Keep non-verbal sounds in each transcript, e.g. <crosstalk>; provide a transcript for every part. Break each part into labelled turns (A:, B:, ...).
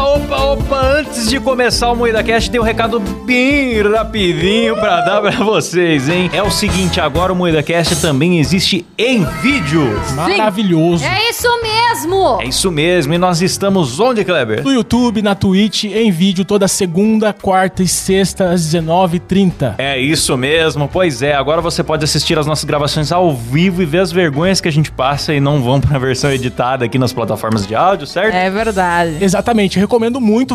A: Opa, antes de começar o Moeda Cast, tem um recado bem rapidinho pra dar pra vocês, hein? É o seguinte, agora o Moeda Cast também existe em vídeo.
B: Maravilhoso.
C: É isso mesmo!
A: É isso mesmo, e nós estamos onde, Kleber?
B: No YouTube, na Twitch, em vídeo, toda segunda, quarta e sexta, às 19h30.
A: É isso mesmo, pois é. Agora você pode assistir as nossas gravações ao vivo e ver as vergonhas que a gente passa e não vão pra <laughs> versão editada aqui nas plataformas de áudio, certo?
C: É verdade.
B: Exatamente, recomendo muito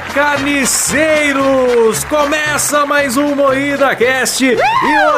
A: carniceiros! Começa mais um Moída Cast e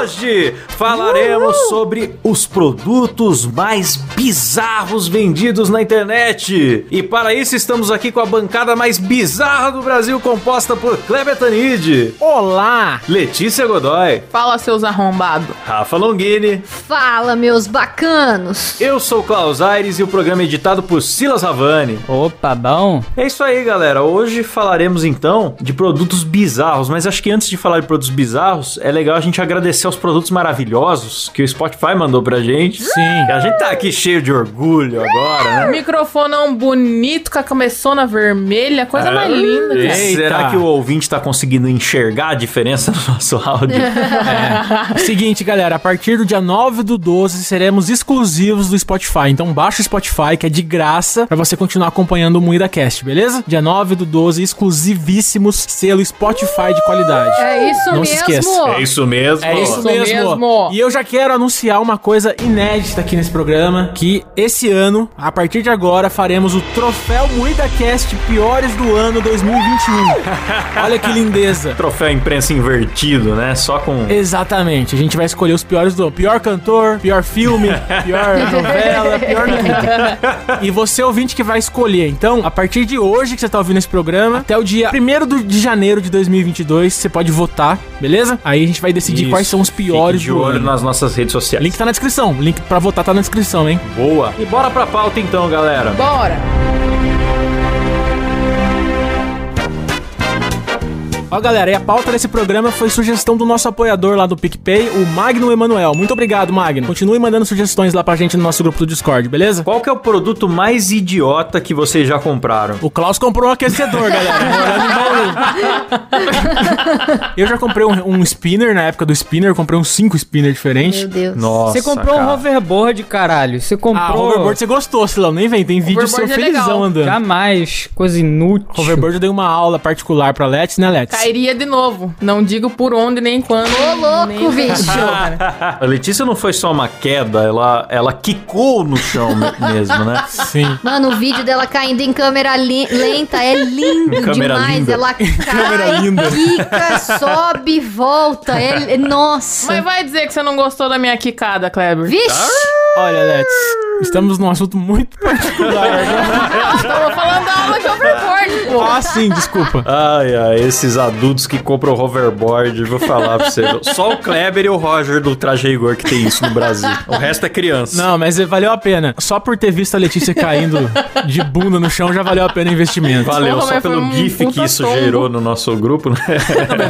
A: hoje falaremos sobre os produtos mais bizarros vendidos na internet. E para isso estamos aqui com a bancada mais bizarra do Brasil composta por Kleber Tanide,
D: Olá!
A: Letícia Godoy,
D: Fala, seus arrombados.
A: Rafa Longini,
C: Fala, meus bacanos!
A: eu sou Klaus Aires e o programa é editado por Silas Havani.
E: Opa, bom.
A: É isso aí, galera. Hoje falaremos então de produtos bizarros, mas acho que antes de falar de produtos bizarros, é legal a gente agradecer aos produtos maravilhosos que o Spotify mandou pra gente.
B: Sim.
A: E a gente tá aqui cheio de orgulho agora, né?
D: Microfonão é um bonito com a cabeçona vermelha, coisa Tá
B: Ah,
D: mais
A: É.
D: linda.
A: E
D: cara.
A: Será que o ouvinte tá conseguindo enxergar a diferença no nosso
D: <laughs>
A: áudio?
B: É. Seguinte, galera, a partir do dia 9 do 12 seremos exclusivos do Spotify. Então baixa o Spotify, que é de graça, pra você continuar acompanhando o Moída Cast, beleza? Dia 9 do 12, exclusivíssimos, selo Spotify de qualidade.
C: É isso
B: Não se
C: mesmo!
B: esqueça.
A: é isso mesmo.
B: É isso
D: Isso
B: mesmo.
D: mesmo.
B: E eu já quero anunciar uma coisa inédita aqui nesse programa, que esse ano, a partir de agora, faremos o Troféu MuidaCast Piores do Ano 2021. Olha que lindeza.
A: Troféu imprensa invertido, né? Só com.
B: Exatamente, a gente vai escolher os piores do ano. Pior cantor, pior filme, pior novela, pior tudo. E você é ouvinte que vai escolher. Então, a partir de hoje que você tá ouvindo esse programa, até o dia 1 do- de janeiro de 2022, você pode votar, beleza? Aí a gente vai decidir
A: Isso.
B: quais são os piores
A: Fique de
B: do
A: olho
B: ano.
A: nas nossas redes sociais.
B: Link tá na descrição. Link pra votar tá na descrição, hein?
A: Boa. E bora pra pauta então, galera.
D: Bora!
B: Ó, galera, e a pauta desse programa foi sugestão do nosso apoiador lá do PicPay, o Magno Emanuel. Muito obrigado, Magno. Continue mandando sugestões lá pra gente no nosso grupo do Discord, beleza?
A: Qual que é o produto mais idiota que vocês já compraram?
B: O Klaus comprou um aquecedor, galera. morando em Bauru. Eu já comprei um, um spinner na época do spinner, eu comprei uns 5 spinner
C: Meu
B: diferentes.
C: Deus.
A: Nossa,
E: Você comprou um
A: cara.
E: hoverboard, caralho. Você
B: Ah,
E: comprou.
B: hoverboard você gostou, Silão, nem vem. Tem vídeo seu
D: Hoverboard é
B: felizão
D: legal.
B: andando.
E: Jamais, coisa inútil.
B: Hoverboard eu dei uma aula particular pra Let's, né, Let's?
D: Cairia de novo. Não digo por onde, nem quando.
C: Ô, louco,
D: nem-
C: bicho.
D: Cara.
A: <laughs> A Letícia não foi só uma queda, ela, ela quicou no chão me- <laughs> mesmo, né?
B: Sim.
C: Mano, o vídeo dela caindo em câmera li- lenta é lindo
A: Câmera
C: demais.
A: linda.
C: Ela
B: Câmera
C: cai,
B: linda.
C: quica, sobe, volta. É, é- nossa.
D: Mas vai dizer que você não gostou da minha quicada, Kleber.
B: Ah,
C: Vixe!
B: Olha, Let's, estamos num assunto muito particular. né?
D: Ah, Tava falando da aula de overboard, pô.
B: Ah, sim, desculpa.
A: Ai, ai, esses adultos que compram hoverboard, vou falar pra você. Só o Kleber e o Roger do Traje Igor que tem isso no Brasil. O resto é criança.
B: Não, mas valeu a pena. Só por ter visto a Letícia caindo de bunda no chão, já valeu a pena o investimento.
A: Valeu,
D: Porra,
A: só
D: mas foi
A: pelo
D: um
A: GIF que
D: puta
A: isso
D: tombo.
A: gerou no nosso grupo, né?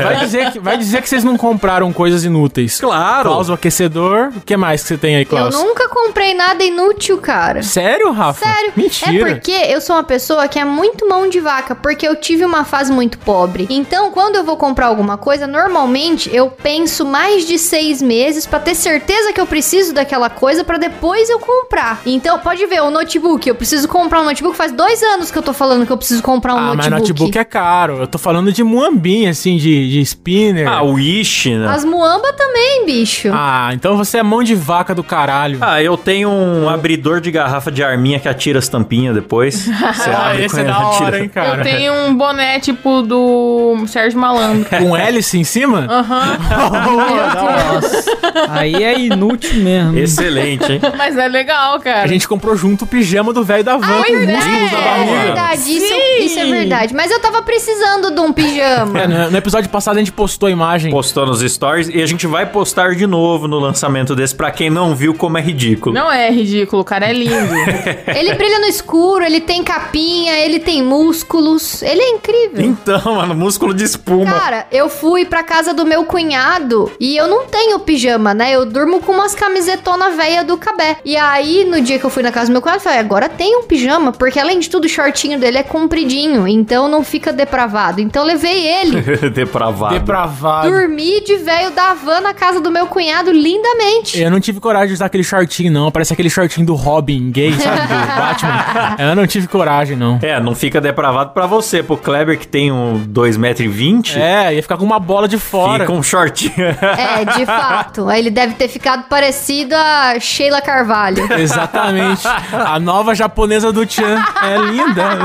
B: Vai dizer, que, vai dizer que vocês não compraram coisas inúteis.
A: Claro.
B: Klaus, o aquecedor. O que mais que você tem aí,
C: Eu
B: Klaus?
C: nunca comprei nada inútil, cara.
B: Sério, Rafa?
C: Sério?
B: Mentira.
C: É porque eu sou uma pessoa que é muito mão de vaca, porque eu tive uma fase muito pobre. Então, quando eu vou comprar alguma coisa, normalmente eu penso mais de seis meses pra ter certeza que eu preciso daquela coisa pra depois eu comprar. Então, pode ver, o notebook. Eu preciso comprar um notebook. Faz dois anos que eu tô falando que eu preciso comprar um
B: ah,
C: notebook.
B: mas notebook é caro. Eu tô falando de muambim, assim, de, de spinner.
A: Ah, o Ishi,
B: é
A: né?
C: As muamba também, bicho.
B: Ah, então você é mão de vaca do caralho.
A: Ah, eu tenho um abridor de garrafa de arminha que atira as tampinhas
B: <laughs>
A: depois. Você
B: Ah,
A: abre
B: esse
A: com
B: é
A: ele,
B: da hora,
A: atira.
B: hein, cara.
D: Eu tenho um boné tipo do Sérgio Malandro.
B: Com hélice em cima?
D: Aham.
B: Ah,
C: <laughs> É
E: Nossa. Aí é inútil mesmo.
A: Excelente,
B: <laughs>
A: hein?
D: Mas é legal, cara.
B: <laughs> A gente comprou junto o pijama do velho da
C: Ah,
B: van com
D: pois
B: músculos
D: é.
B: da
C: É
B: barriga.
C: verdade, isso, isso é
D: Sim.
C: verdade. Mas eu tava precisando de
B: <laughs>
C: um pijama.
B: É, no no episódio passado a gente postou a imagem.
A: Postou nos stories e a gente vai postar de novo no lançamento desse pra quem não viu como é ridículo.
D: Não é ridículo, cara, é lindo.
B: <laughs>
C: Ele brilha no escuro, ele tem capinha, ele tem músculos. Ele é incrível.
A: Então, mano, músculo de espuma.
C: Cara, eu fui pra casa do meu cunhado e eu não tenho pijama, né? Eu durmo com umas camisetona velha do Cabé. E aí, no dia que eu fui na casa do meu cunhado, eu falei, agora tem um pijama, porque além de tudo, o shortinho dele é compridinho, então não fica depravado. Então eu
B: <laughs>
C: levei ele.
A: <laughs> Depravado.
B: é Depravado.
C: Dormi de velho da van na casa do meu cunhado lindamente.
B: <laughs> Eu não tive coragem de usar aquele shortinho, não. Parece aquele shortinho do Robin gay, sabe? Do <laughs> Batman. Eu não tive coragem, não.
A: É, não fica depravado pra você. Pro Kleber, que tem um 2,20m,
B: É, ia ficar com uma bola de fora.
A: fica um shortinho. <laughs>
C: É, de fato. Ele deve ter ficado parecido a Sheila
B: <laughs>
C: Carvalho.
B: um- Exatamente. A nova japonesa do Tchan. É linda.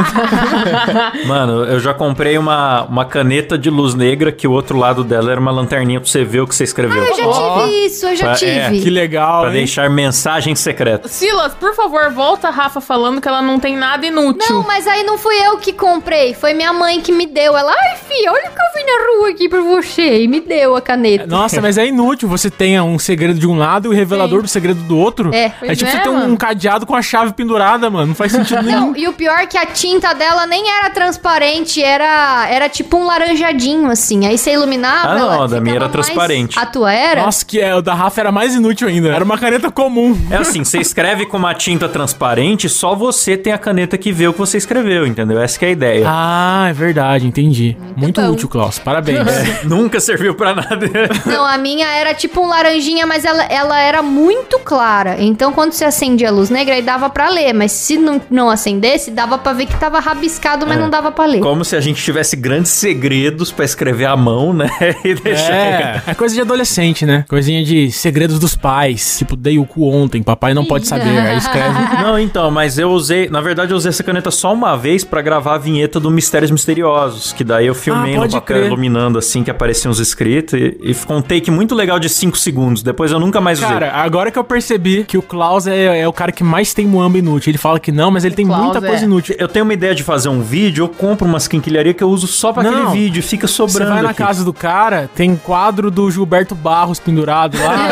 A: Mano, eu já comprei uma, uma caneta de luz negra que o outro lado dela era uma lanterninha pra você ver o que você
B: Ah,
A: escreveu.
C: Eu já
B: Ó.
C: tive isso, eu já
A: Ah, é,
B: Que
C: tive.
B: legal,
A: Pra
B: hein?
A: deixar mensagem secreta.
D: Silas, por favor, volta a Rafa falando que ela não tem nada inútil.
C: Não, mas aí não fui eu que comprei, foi minha mãe que me deu. Ela, ai, filha, olha o que eu vi na rua aqui pra você. E me deu a caneta.
B: Nossa, mas é inútil. Você tem um segredo de um lado e o revelador
D: Sim.
B: do segredo do outro.
C: É.
B: é
D: Pois
B: tipo
D: é,
B: você ter um
D: mano.
B: cadeado com a chave pendurada, mano. Não faz sentido nenhum.
C: Não, e o pior é que a tinta dela nem era transparente, era, era tipo um laranjadinho, assim. Aí você iluminava.
A: Ah, não,
C: ela
A: a da minha era
C: ficava mais-
A: transparente.
C: A tua era?
B: Nossa, que é. O da Rafa era mais inútil ainda. Era uma caneta comum.
A: É assim, você escreve com uma tinta transparente, só você tem a caneta que vê o que você escreveu, entendeu? Essa que é a ideia.
B: Ah, é verdade, entendi. Muito,
C: bom.
B: útil, Klaus. Parabéns.
A: Nunca serviu pra nada.
C: Não, a minha era tipo um laranjinha, mas ela, ela era muito clara. Então, quando você acendia a luz negra, aí dava pra ler. Mas se não, não acendesse, dava pra ver que tava rabiscado,
A: É.
C: mas não dava pra ler.
A: Como se a gente tivesse grandes segredos pra escrever à mão, né? <laughs> E deixar.
B: É, é coisa de adolescente, né? Coisinha de segredos dos pais. Tipo, dei o cu ontem, papai não pode saber. Aí
A: <laughs>
B: escreve.
A: Não, então, mas eu usei. Na verdade, eu usei essa caneta só uma vez pra gravar a vinheta do Mistérios Misteriosos. Que daí eu filmei
B: Ah,
A: no
B: pode
A: papel
B: crer.
A: iluminando assim que apareciam os escritos. E, e ficou um take muito legal de 5 segundos. Depois eu nunca mais usei.
B: Cara, agora que eu percebi que o Klaus é, é o cara que mais tem muamba inútil. Ele fala que não, mas ele tem
D: Klaus
B: muita coisa
D: é.
B: inútil.
A: Eu tenho uma ideia de fazer um vídeo, eu compro umas quinquilharias que eu uso só pra
B: Não.
A: aquele vídeo e fica
B: Você
A: sobrando.
B: vai na
A: aqui.
B: casa do cara, tem quadro do Gilberto Barros pendurado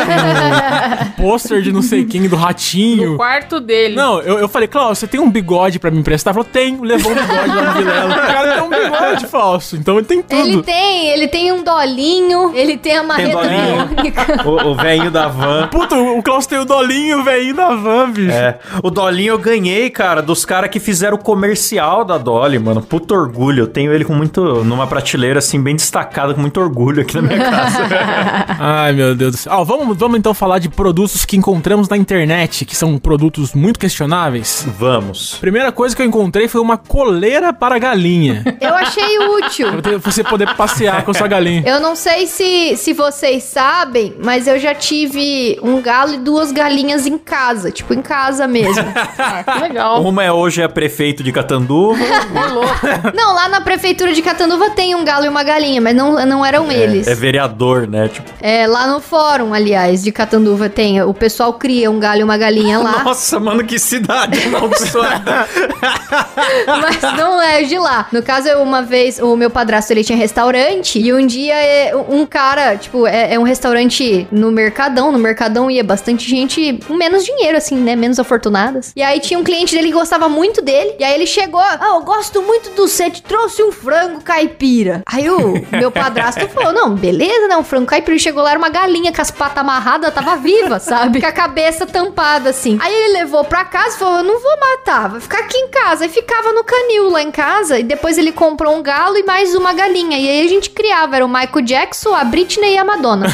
B: lá,
D: <laughs>
B: tem um pôster de não sei quem, do
D: No
B: ratinho.
D: quarto dele.
B: Não, eu, eu falei, Klaus, você tem um bigode pra me emprestar? Ele falou, tenho, levou um bigode lá no Vilela. O cara tem um bigode falso, então ele tem tudo.
C: Ele tem, ele tem um dolinho, ele tem a marreta
A: dolinho?
C: biônica.
A: <laughs> O, o velhinho da van.
B: <laughs> Puta, o o Klaus tem o dolinho, velhinho da van, bicho.
A: É. O Dolinho eu ganhei, cara, dos caras que fizeram o comercial da Dolly, mano. Puto orgulho. Eu tenho ele com muito. numa prateleira, assim, bem destacada, com muito orgulho aqui na
B: <laughs>
A: minha casa.
B: Ai, meu Deus do céu. Ó, vamos, vamos então falar de produtos que encontramos na internet, que são produtos muito questionáveis.
A: Vamos.
B: Primeira coisa que eu encontrei foi uma coleira para galinha.
C: Eu achei útil.
B: Pra ter- você poder passear com a sua galinha.
C: Eu não sei se, se vocês sabem, mas eu já tive um galo e duas galinhas em casa. Tipo, em casa
A: <laughs>
C: mesmo.
D: Ah, que
B: <laughs>
D: legal.
A: Uma é hoje é prefeito de Catanduva.
C: não, lá na prefeitura de Catanduva tem um galo e uma galinha, mas não, não eram eles.
A: É vereador, né? Tipo,
C: É, lá no fórum, aliás, de Catanduva tem. O pessoal cria um galho e uma galinha
A: <laughs>
C: lá,
A: nossa, mano, que
B: <laughs>
A: cidade amaldiçoada.
C: mas não é de lá. No caso, eu, uma vez, o meu padrasto, ele tinha restaurante, e um dia é, um cara, tipo, é, é um restaurante no Mercadão, no Mercadão ia bastante gente com menos dinheiro, assim, né, menos afortunadas. E aí tinha um cliente dele que gostava muito dele, e aí ele chegou, ah, eu gosto muito do set, trouxe um frango caipira. Aí o meu padrasto falou, não, beleza, né, um frango caipira. Ele chegou lá, era uma galinha com as patas amarradas, tava viva, sabe? Com a cabeça tampada, assim. Aí ele levou pra casa e falou, eu não vou matar, vai ficar aqui em casa. Aí ficava no canil lá em casa, e depois ele comprou um galo e mais uma galinha. E aí a gente criava, era o Michael Jackson, a Britney e a Madonna.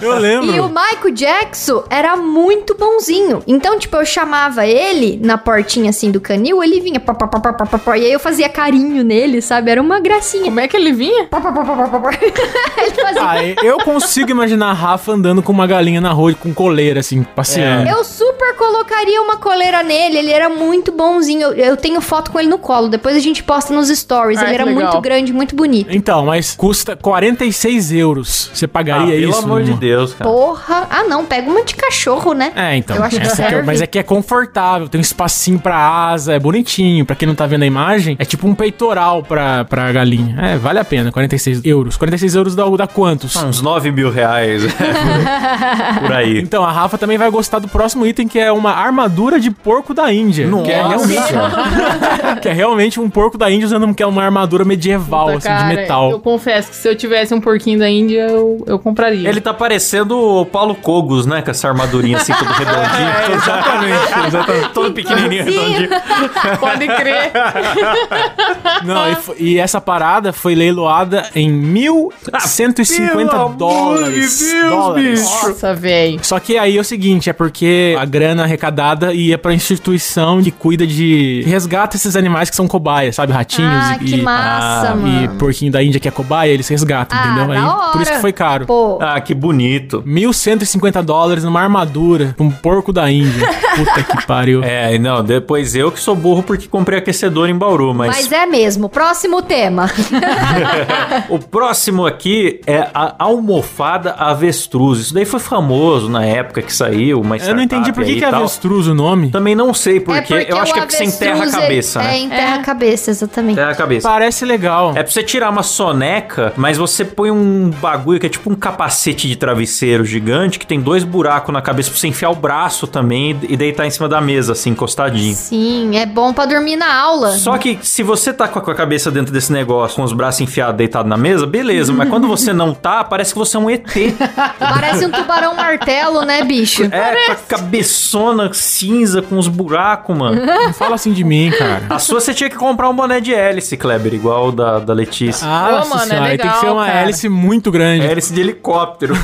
B: Eu
C: E o
B: lembro.
C: Michael Jackson era muito bonzinho. Então, tipo, eu chamava ele na portinha assim do canil, ele vinha. Pá, pá, pá, pá, pá, pá, pá, e aí eu fazia carinho nele, sabe? Era uma gracinha.
D: Como é que ele vinha?
C: <laughs> Ele
A: Ah,
C: fazia. um-
B: Ah, eu consigo imaginar a Rafa andando com uma galinha na rua, com coleira, assim, passeando.
C: Eu super super colocaria uma coleira nele. Ele era muito bonzinho. Eu, eu tenho foto com ele no colo. Depois a gente posta nos stories.
A: Ah,
D: Ai,
C: ele
D: que
C: era
D: legal.
C: muito grande, muito bonito.
B: Então, mas custa 46 euros. Você
A: Ah,
B: pagaria
A: pelo
B: isso?
A: amor de
B: numa-
A: Deus, cara.
C: Porra. Ah, não. Pega uma de cachorro, né?
B: É, então.
C: Eu acho que
B: Essa é
C: serve.
B: mas é que é confortável, tem um espacinho pra asa, é bonitinho. Pra quem não tá vendo a imagem, é tipo um peitoral pra, pra galinha. É, vale a pena, 46 euros. 46 euros dá, dá quantos?
A: Uns 9 mil reais. né?
B: <laughs>
A: Por aí.
B: Então, a Rafa também vai gostar do próximo item, que é uma armadura de porco da Índia. Que é, realmente, <laughs> que é realmente um porco da Índia usando um- que é uma armadura medieval,
D: Puta,
B: assim,
D: cara,
B: de metal.
D: Eu confesso que se eu tivesse um porquinho da Índia, eu, eu compraria.
A: Ele tá parecendo o Paulo Cogos, né? Com essa armadurinha assim, todo
B: <laughs>
A: redondinho.
B: É,
A: exatamente, exatamente. Todo pequenininho, redondinho.
D: <laughs> Pode crer.
B: Não, e, fo- e essa parada foi leiloada em
A: pelo amor
B: 1.150
A: de
B: dólares.
A: Deus,
B: dólares.
A: bicho.
D: Nossa, velho.
B: Só que aí é o seguinte, é porque a grana arrecadada ia pra instituição que cuida de... que resgata esses animais que são cobaias, sabe? Ratinhos
C: Ah,
B: e...
C: que
B: e-
C: massa,
B: e
C: mano.
B: porquinho da Índia que é cobaia, eles resgatam,
C: Ah,
B: entendeu?
C: da
B: Aí, Por isso que
C: hora.
B: foi caro.
C: Pô.
A: Ah, que bonito.
B: 1.150 dólares numa armadura pra um porco da
C: <laughs>
B: Índia. Puta que pariu.
A: É, não, depois eu que sou burro porque comprei aquecedor em Bauru, mas,
C: Mas é mesmo. Próximo tema. é.
A: <laughs> o próximo aqui é a almofada avestruz. Isso daí foi famoso na época que saiu, mas
B: Eu não entendi por que, que é
A: tal.
B: avestruz o nome.
A: Também não sei por
C: é
A: quê.
C: porque
A: eu acho
C: o
A: que é porque você enterra a
C: avestruz, ele-
A: cabeça,
C: É,
A: né?
C: enterra a cabeça, exatamente.
A: Enterra a cabeça.
B: Parece legal.
A: É pra você tirar uma soneca, mas você põe um bagulho que é tipo um capacete de travesseiro gigante que tem dois buracos na cabeça pra você enfiar o braço também e deitar em cima da mesa, assim, encostadinho.
C: Sim, é bom pra dormir na aula.
A: Só que se você tá com a com a cabeça dentro desse negócio, com os braços enfiados, deitado na mesa, beleza, mas quando você não tá, parece que você é um ET.
C: Parece um tubarão martelo, né, bicho?
A: É, com a cabeçona cinza, com os buracos, mano.
B: Não fala assim de mim,
C: <laughs>
B: cara.
A: A sua você tinha que comprar um boné de hélice, Kleber, igual o da, da Letícia.
B: Ah,
D: Pô,
B: nossa
D: mano, é
B: senhora, aí tem que
D: legal,
B: ser uma
D: cara.
B: hélice muito grande.
A: Hélice de helicóptero.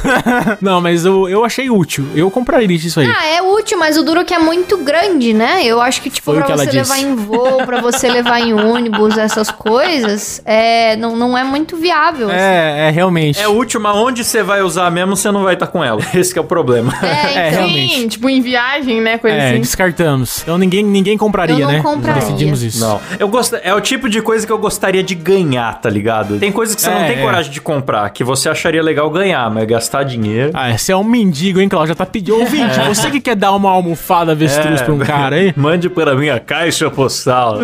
B: Não, mas eu, eu achei útil. Eu compraria isso aí.
C: Ah, é útil, mas o duro que é muito grande, né? Eu acho que, tipo,
B: Foi o
C: pra
B: que ela
C: você
B: disse.
C: levar em voo, pra você levar em ônibus, essas coisas, é, não, não é muito viável. assim.
B: É, é realmente.
A: É útil, mas onde você vai usar mesmo, você não vai estar com ela. <laughs> Esse que é o problema.
B: <laughs> É,
C: É, então.
B: realmente.
D: Sim, tipo, em viagem, né? Coisa
B: É,
D: assim.
B: descartamos. Então ninguém, ninguém compraria,
C: Eu não
B: né?
C: compraria.
B: Decidimos isso.
A: Não. Eu gosto, é o tipo de coisa que eu gostaria de ganhar, tá ligado? Tem coisa que você não
B: É,
A: tem
B: é.
A: coragem de comprar, que você acharia legal ganhar, mas gastar dinheiro.
B: Ah, você é um mendigo, hein, Cláudio? Já tá pedindo. Ouvinte, você que quer dar uma almofada avestruz
A: É.
B: pra um cara aí?
A: Mande para minha caixa postal.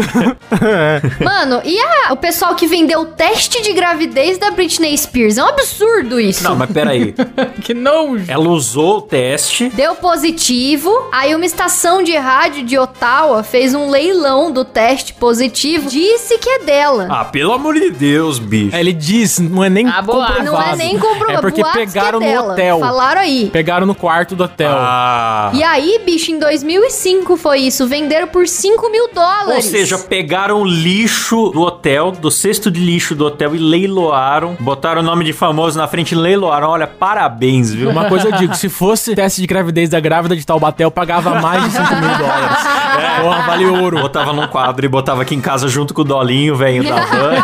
C: Mano, e a- o pessoal que vendeu o teste de gravidez da Britney Spears? É um absurdo isso.
A: <laughs> não, mas peraí.
D: Que nojo.
A: Ela usou o teste.
C: Deu positivo, aí uma estação de rádio de Ottawa fez um leilão do teste positivo, disse que é dela.
A: Ah, pelo amor de Deus, bicho.
B: É, Ele diz, não é nem
D: Ah, boa.
B: comprovado.
C: Não é nem comprovado.
B: É porque
C: boatos que é
B: pegaram no
C: dela.
B: hotel.
C: Falaram aí.
B: Pegaram no quarto do hotel.
A: Ah.
C: E aí, bicho, em 2005 foi isso. Venderam por 5 mil
A: Ou
C: dólares.
A: seja, pegaram o lixo do hotel, do cesto de lixo do hotel e leiloaram. Botaram o nome de famoso na frente e leiloaram. Olha, parabéns, viu?
B: Uma coisa eu digo, se fosse teste de gravidez da grávida de Taubaté, eu pagava mais de 5 mil
A: <laughs>
B: dólares. Porra, vale ouro.
A: É. Botava num quadro e botava aqui em casa junto com o Dolinho, velho, da
C: <laughs>
A: van.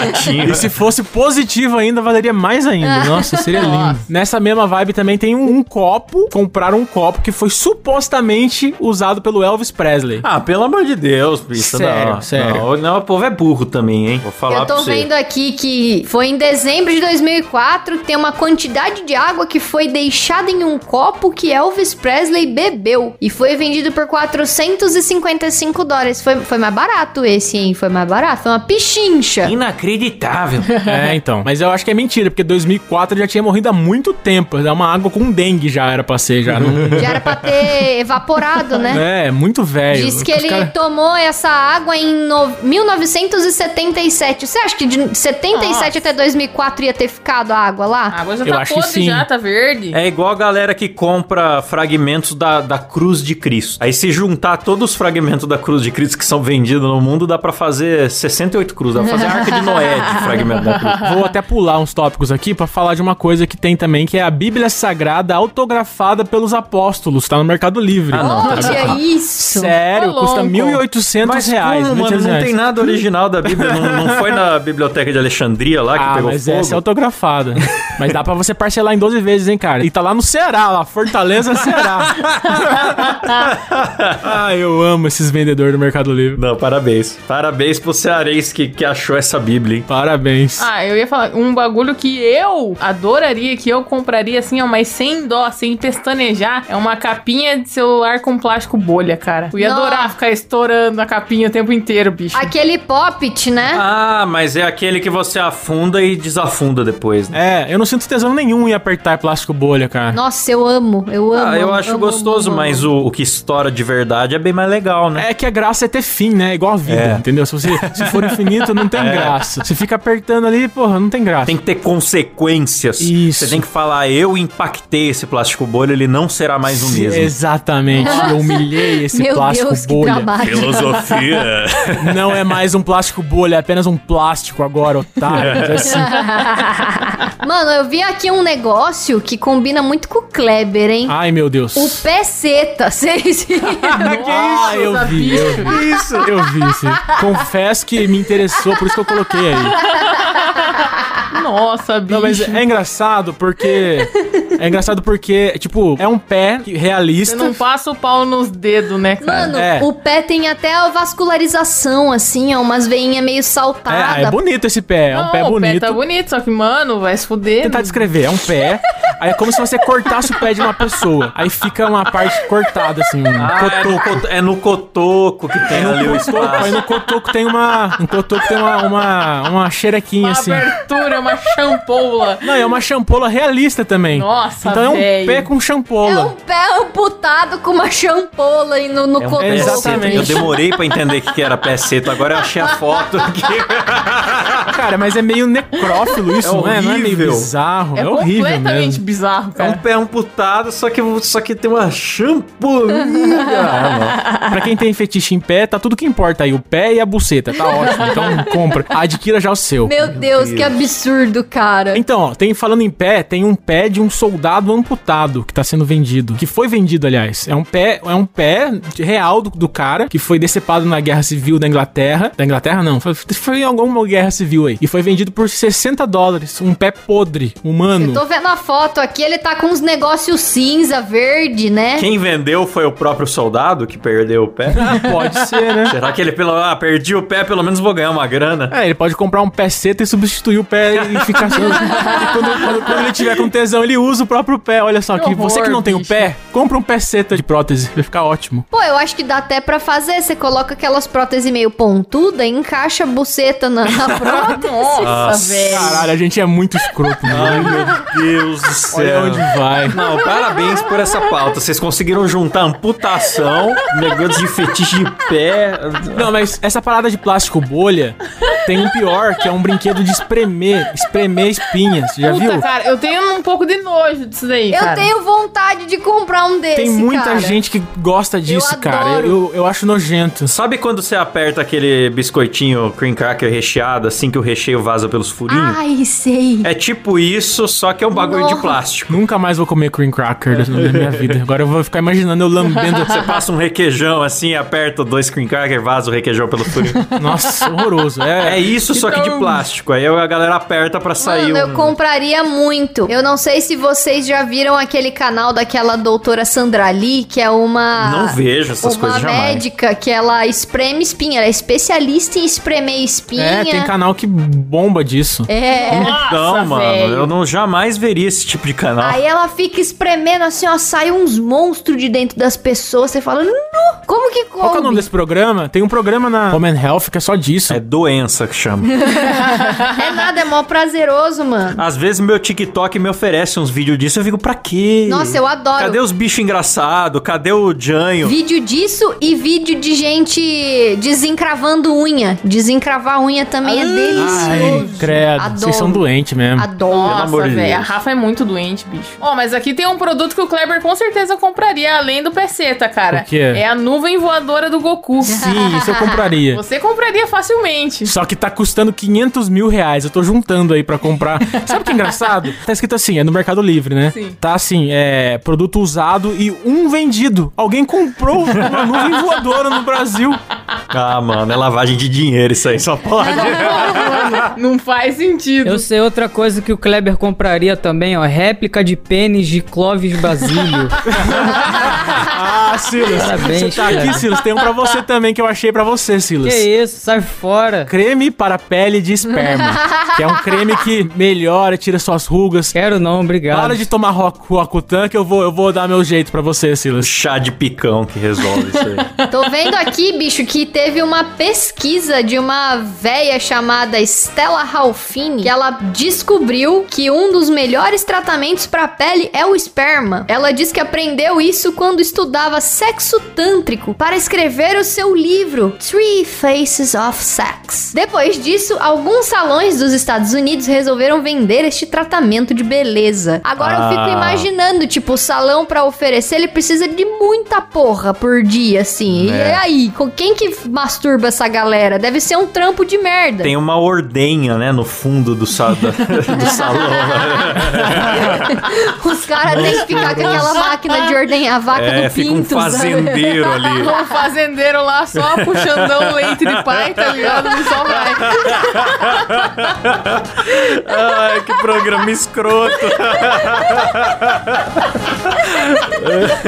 A: Bonitinho.
B: E se fosse positivo ainda, valeria mais ainda. Nossa, seria lindo. Nessa mesma vibe também tem um, um copo. Compraram um copo que foi supostamente usado pelo Elvis Presley.
A: Ah, pelo amor de Deus, bicho.
B: Sério,
A: não,
B: sério.
A: Não, não, o povo é burro também, hein? Vou falar
C: Eu
A: pra
C: tô
A: você.
C: vendo aqui que foi em dezembro de 2004 que tem uma quantidade de água que foi deixada em um copo que Elvis Presley bebeu. E foi vendido por 455 dólares. Foi, foi mais barato esse, hein? Foi mais barato. Foi uma pichincha.
A: <laughs> Inacreditável.
B: <laughs> É, então. Mas eu acho que é mentira, porque 2004 ele já tinha morrido há muito tempo. É uma água com dengue já era pra ser, já.
C: <laughs>
B: Não...
C: Já era
A: <laughs>
C: pra ter evaporado, né?
B: É, muito velho.
C: Diz que
B: Os
C: ele tá-
B: cara-
C: tomou essa água em no- 1977. Você acha que de 77 até 2004 ia ter ficado a água
D: A
C: lá?
D: água já
B: Eu
D: tá
B: acho que
D: podre
B: sim.
D: já, tá verde.
A: É igual a galera que compra fragmentos da, da cruz de Cristo. Aí se juntar juntar todos os fragmentos da cruz de Cristo que são vendidos no mundo, dá pra fazer 68 cruzes. Dá pra fazer a arca de Noé de fragmento da cruz.
B: Vou até pular uns tópicos aqui pra falar de uma coisa que tem também, que é a Bíblia Sagrada autografada pelos apóstolos. Tá no Mercado Livre.
A: Ah, não.
C: Olha isso!
B: Sério,
D: Ô,
B: custa
D: louco.
B: 1.800
A: Mas
B: reais.
A: como, mano,
B: 1.800
A: não
B: reais.
A: tem nada original da Bíblia. Não, não foi
B: <laughs>
A: na biblioteca de Alexandria lá que
B: Ah,
A: pegou
B: mas
A: fogo?
B: essa é autografada. <laughs> mas dá pra você parcelar em 12 vezes, hein, cara? E tá lá no Ceará, lá, Fortaleza, Ceará. <laughs> ah, eu amo esses vendedores do Mercado Livre.
A: Não, parabéns. Parabéns pro cearense que, que achou essa Bíblia, hein?
B: Parabéns.
D: Ah, eu ia falar um bagulho que eu adoraria, que eu compraria assim, ó, mas sem dó, sem pestanejar. É uma capinha de celular com plástico bolha, cara. Eu ia
C: Nossa.
D: adorar ficar estourando a capinha o tempo inteiro, bicho.
C: Aquele poppet, né?
A: Ah, mas é aquele que você afunda e desafunda depois, né?
B: É, eu não sinto tesão nenhum em apertar plástico bolha, cara.
C: Nossa, eu amo, eu amo.
A: Ah, eu
C: amo,
A: acho
C: amo,
A: gostoso,
C: amo, amo.
A: mas o, o que estoura de verdade é bem mais legal, né?
B: É que a graça é ter fim, né? Igual a vida,
A: É.
B: entendeu? Se, você, se for infinito, não <laughs> tem graça. Você fica apertando ali, porra, não É. tem graça.
A: Tem que ter consequências.
B: Isso.
A: Você tem que falar, eu impactei esse plástico bolha, ele não será mais o
B: Sim,
A: mesmo.
B: Exatamente. Eu humilhei esse
C: Meu
B: plástico
C: Deus, que
B: bolha.
C: trabalho.
A: Filosofia.
B: Não é mais um plástico bolha, é apenas um plástico agora, otário.
C: <laughs>
B: Mas assim,
C: <laughs> Mano, eu vi aqui um negócio que combina muito com o Kleber, hein?
B: ai, meu Deus.
C: O peceta, <laughs> vocês viram?
B: Ah, eu vi, eu vi.
A: Isso.
B: Eu vi, sim. Confesso que me interessou, por isso que eu coloquei aí.
D: Nossa, bicho.
B: Não, mas é engraçado porque. É engraçado porque, tipo, é um pé que-
D: Você
B: realista.
D: não passa o pau nos dedos, né, cara?
C: Mano,
B: É.
C: o pé tem até a vascularização, assim, ó, umas veinhas meio
B: É, é
C: saltadas.
B: bonito esse pé, é um
D: Não,
B: pé
D: O pé
B: bonito.
D: tá bonito, só que, mano, vai se
B: Vou
D: fuder.
B: tentar descrever, é um pé. Aí é como se você cortasse o pé de uma pessoa. Aí fica uma parte cortada, assim, um
A: <laughs> Ah, é, no
B: cotoco. É
A: coto- é no cotoco que tem ali o
B: Cotoco, Aí
A: espaço.
B: no cotoco tem uma. No cotoco tem uma, uma, uma xerequinha,
D: uma
B: assim.
D: abertura, uma champoula.
B: <laughs> Não, é uma champola realista também.
D: Nossa,
B: Então é um
D: velho.
B: pé com
C: É
B: champola.
C: um pé amputado com uma champola aí no, no
A: É um
C: cotoco.
A: pé
B: exatamente.
A: seto. Eu demorei pra entender o que que era pé seto, agora eu achei a foto
B: É.
A: aqui.
B: Cara, mas é meio necrófilo isso,
A: <laughs> É
B: não é? Não é meio
A: horrível.
B: bizarro. É,
D: É,
B: horrível
D: completamente
B: mesmo.
D: bizarro,
A: É um
D: cara.
A: pé amputado, só que, só que tem uma
B: <laughs>
A: champolinha. Ah,
D: <laughs>
B: Pra quem tem fetiche em pé, tá tudo que importa aí. O pé e a buceta, tá ótimo. Então compra. Adquira já o seu.
C: Meu Deus, que absurdo, cara.
D: É.
B: Então, ó, tem falando em pé, tem um pé de um soldado amputado que tá sendo vendido. Que foi vendido, aliás. É um pé, é um pé de- real do, do cara que foi decepado na guerra civil da Inglaterra. Da Inglaterra, não. Foi, foi em alguma guerra civil aí. E foi vendido por 60 dólares. Um pé podre, humano.
C: Eu tô vendo a foto aqui, ele tá com uns negócios cinza, verde, né?
A: Quem vendeu foi o próprio soldado que perdeu o
B: <laughs>
A: pé?
B: Ah, pode ser, né?
A: Será que ele, pelo ah, perdi o pé, pelo menos vou ganhar uma grana?
B: É, ele pode comprar um pé seta e substituir o pé e ficar.
D: <laughs>
B: quando, quando- quando ele tiver com tesão, ele usa o próprio pé. Olha só,
D: Que
B: que você que
D: horror,
B: não tem o
D: bicho.
B: pé, compra um pé seta de prótese. Vai ficar ótimo.
C: Pô, eu acho que dá até pra fazer. Você coloca aquelas próteses meio pontuda, encaixa a buceta na, na prótese.
D: Nossa, velho.
B: um Caralho, a gente é muito escroto, né?
A: Ai, <laughs>
B: mano.
A: meu Deus do
B: Olha
A: céu.
B: onde vai.
A: Não, parabéns por essa pauta. Vocês conseguiram juntar amputação, negócio de fetiche de pé.
B: Não, mas essa parada de plástico bolha tem um pior, que é um brinquedo de espremer, espremer espinhas. Já
D: Puta,
B: viu?
D: cara, eu tenho um pouco de nojo disso daí,
C: Eu
D: cara.
C: tenho vontade de comprar um desse,
B: Tem muita
C: cara.
B: gente que gosta disso, cara.
C: adoro.
B: Eu, eu acho nojento.
A: Sabe quando você aperta aquele biscoitinho cream cracker recheado, assim que o recheio vaza pelos furinhos?
C: Ai, sei.
A: É tipo isso, só que é um bagulho de
C: Nossa.
A: plástico.
B: Nunca mais vou comer cream cracker na minha vida. Agora eu vou ficar imaginando eu lambendo.
A: Você passa um requeijão assim, aperta dois cream cracker, vaza o requeijão pelo furinho.
B: Nossa, horroroso.
A: É
B: É,
A: isso, só que de
D: Então-
A: plástico. Aí a galera aperta pra sair
C: Mano,
A: um-
C: eu compraria muito. Eu não sei se vocês já viram aquele canal daquela doutora Sandra Lee, que é uma.
A: Não vejo essas
C: uma
A: coisas jamais.
C: médica que ela espreme espinha. Ela é especialista em espremer espinha.
B: é, tem Ah. canal que bomba disso.
C: É.
A: Então,
D: Nossa,
A: mano,
D: velho.
A: eu não jamais veria esse tipo de canal.
C: Aí ela fica espremendo assim, ó, sai uns monstros de dentro das pessoas. Você fala, "Nu, como que
B: Qual que é o nome
C: come?
B: desse programa? Tem um programa na Home and Health que é só disso.
A: É doença que
C: <laughs>
A: chama.
C: É nada, é mó prazeroso, mano.
A: Às vezes meu TikTok me oferece uns vídeos disso, eu fico, pra quê?
C: Nossa, eu adoro.
A: Cadê os bichos engraçados? Cadê o
C: <laughs>
A: Janho?
C: Vídeo disso e vídeo de gente desencravando unha. Desencravar unha também é
B: Ai,
C: delicioso.
B: credo.
C: Adoro.
B: Vocês são doentes mesmo.
C: Adoro.
A: amor
D: Nossa,
A: de
D: velho, a
A: Deus.
D: Rafa é muito doente, bicho. Ó, mas aqui tem um produto que o Kleber com certeza compraria, além do PC, tá, cara?
B: O quê?
D: É a nuvem mamãe voadora do Goku.
B: Sim, isso eu compraria.
D: Você
B: <laughs>
D: compraria facilmente.
B: Só que tá custando 500 mil reais. Eu tô juntando aí pra comprar. Sabe o que é engraçado? Tá escrito assim, é no Mercado Livre, né?
D: Sim.
B: Tá assim, é produto usado e um vendido. Alguém comprou uma nuvem voadora no Brasil.
A: Ah, mano, é lavagem de dinheiro isso aí, só pode.
D: Não faz sentido.
E: Eu sei outra coisa que o Kleber compraria também, ó. Réplica de pênis de
B: <laughs>
E: Clóvis Basílio.
B: Ah, Silas.
E: Parabéns,
B: você tá
E: cara.
B: aqui, Silas. Tem um pra você também que eu achei pra você,
E: que
B: Silas.
E: isso, sai fora.
B: Creme para pele de esperma. que é um creme que melhora, tira suas rugas.
E: Quero não, obrigado.
B: Para de tomar Roc- Roacutan que eu vou, eu vou dar meu jeito pra você, Silas.
A: Chá de picão que resolve isso aí.
C: Tô vendo aqui, bicho, que teve uma pesquisa de uma véia chamada Stella Ralphini, que ela descobriu que um dos melhores tratamentos pra pele é o esperma. Ela diz que aprendeu isso quando estudava sexo tântrico para escrever o seu livro Three Faces of Sex. Depois disso, alguns salões dos Estados Unidos resolveram vender este tratamento de beleza. Agora eu
A: Ah.
C: fico imaginando imaginando, tipo, o salão pra oferecer, ele precisa de muita porra por dia, assim.
A: É.
C: E aí, com quem que masturba essa galera? Deve ser um trampo de merda.
A: Tem uma ordenha, né, no fundo do, sa- <laughs> da- do salão.
C: Os caras têm que ficar com aquela máquina de ordenhar a vaca
A: É,
C: do
A: fica um
C: pinto, sabe?
A: fazendeiro ali.
D: O um fazendeiro lá só puxando leite de pai, tá ligado? E só vai.
A: Ai, que programa escroto. <laughs>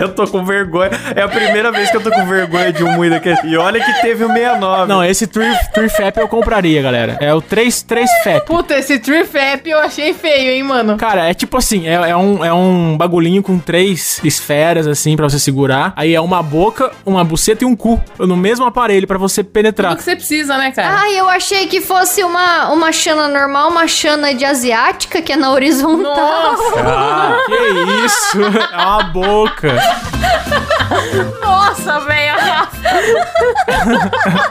A: eu tô com vergonha. É a primeira vez que eu tô com vergonha de um moída que E olha que teve o 69.
B: Não, esse Tree, tree Fap eu compraria, galera. É o 3, 3 Fap.
D: Puta, esse trifap eu achei feio, hein, mano?
B: Cara, é tipo assim, é, é um, é um bagulhinho com três esferas, assim, pra você segurar. Aí é uma boca, uma buceta e um cu. No mesmo aparelho, pra você
D: Tudo
B: penetrar.
D: que você precisa, né, cara?
C: <laughs> Ai, eu achei que fosse uma, uma chana normal, uma chana de asiática, que é na horizontal.
D: Nossa,
A: Ah,
B: Que isso? É uma boca.
D: Ah, nossa, velho.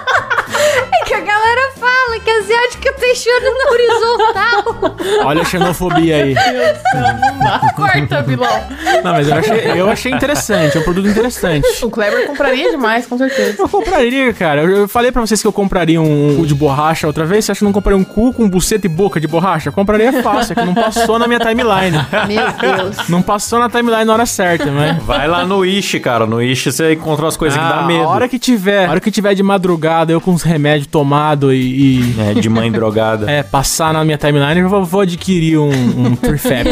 C: <laughs>
D: <laughs>
C: É que a galera fala que asiática tem chana na horizontal.
B: Olha a xenofobia aí.
D: Corta, vilão.
B: Não, mas eu achei, eu achei interessante. É um produto interessante.
D: O Kleber compraria demais, com certeza.
B: Eu compraria, cara. Eu, eu falei pra vocês que eu compraria um cu de borracha outra vez. Você acha que eu não compraria um cu com buceta e boca de borracha? Eu compraria fácil, é que não passou na minha timeline.
C: Meu Deus.
B: Não passou na timeline na hora certa, né?
A: vai lá no Ishi, cara. No Ishi você encontra umas coisas que
B: Ah,
A: dá medo.
B: A hora que tiver, a hora que tiver de madrugada, eu com os remédios tomado e. e,
A: <laughs> É, de mãe drogada.
B: É, passar na minha timeline, eu vou, vou adquirir um,
D: <laughs>
B: um prefab.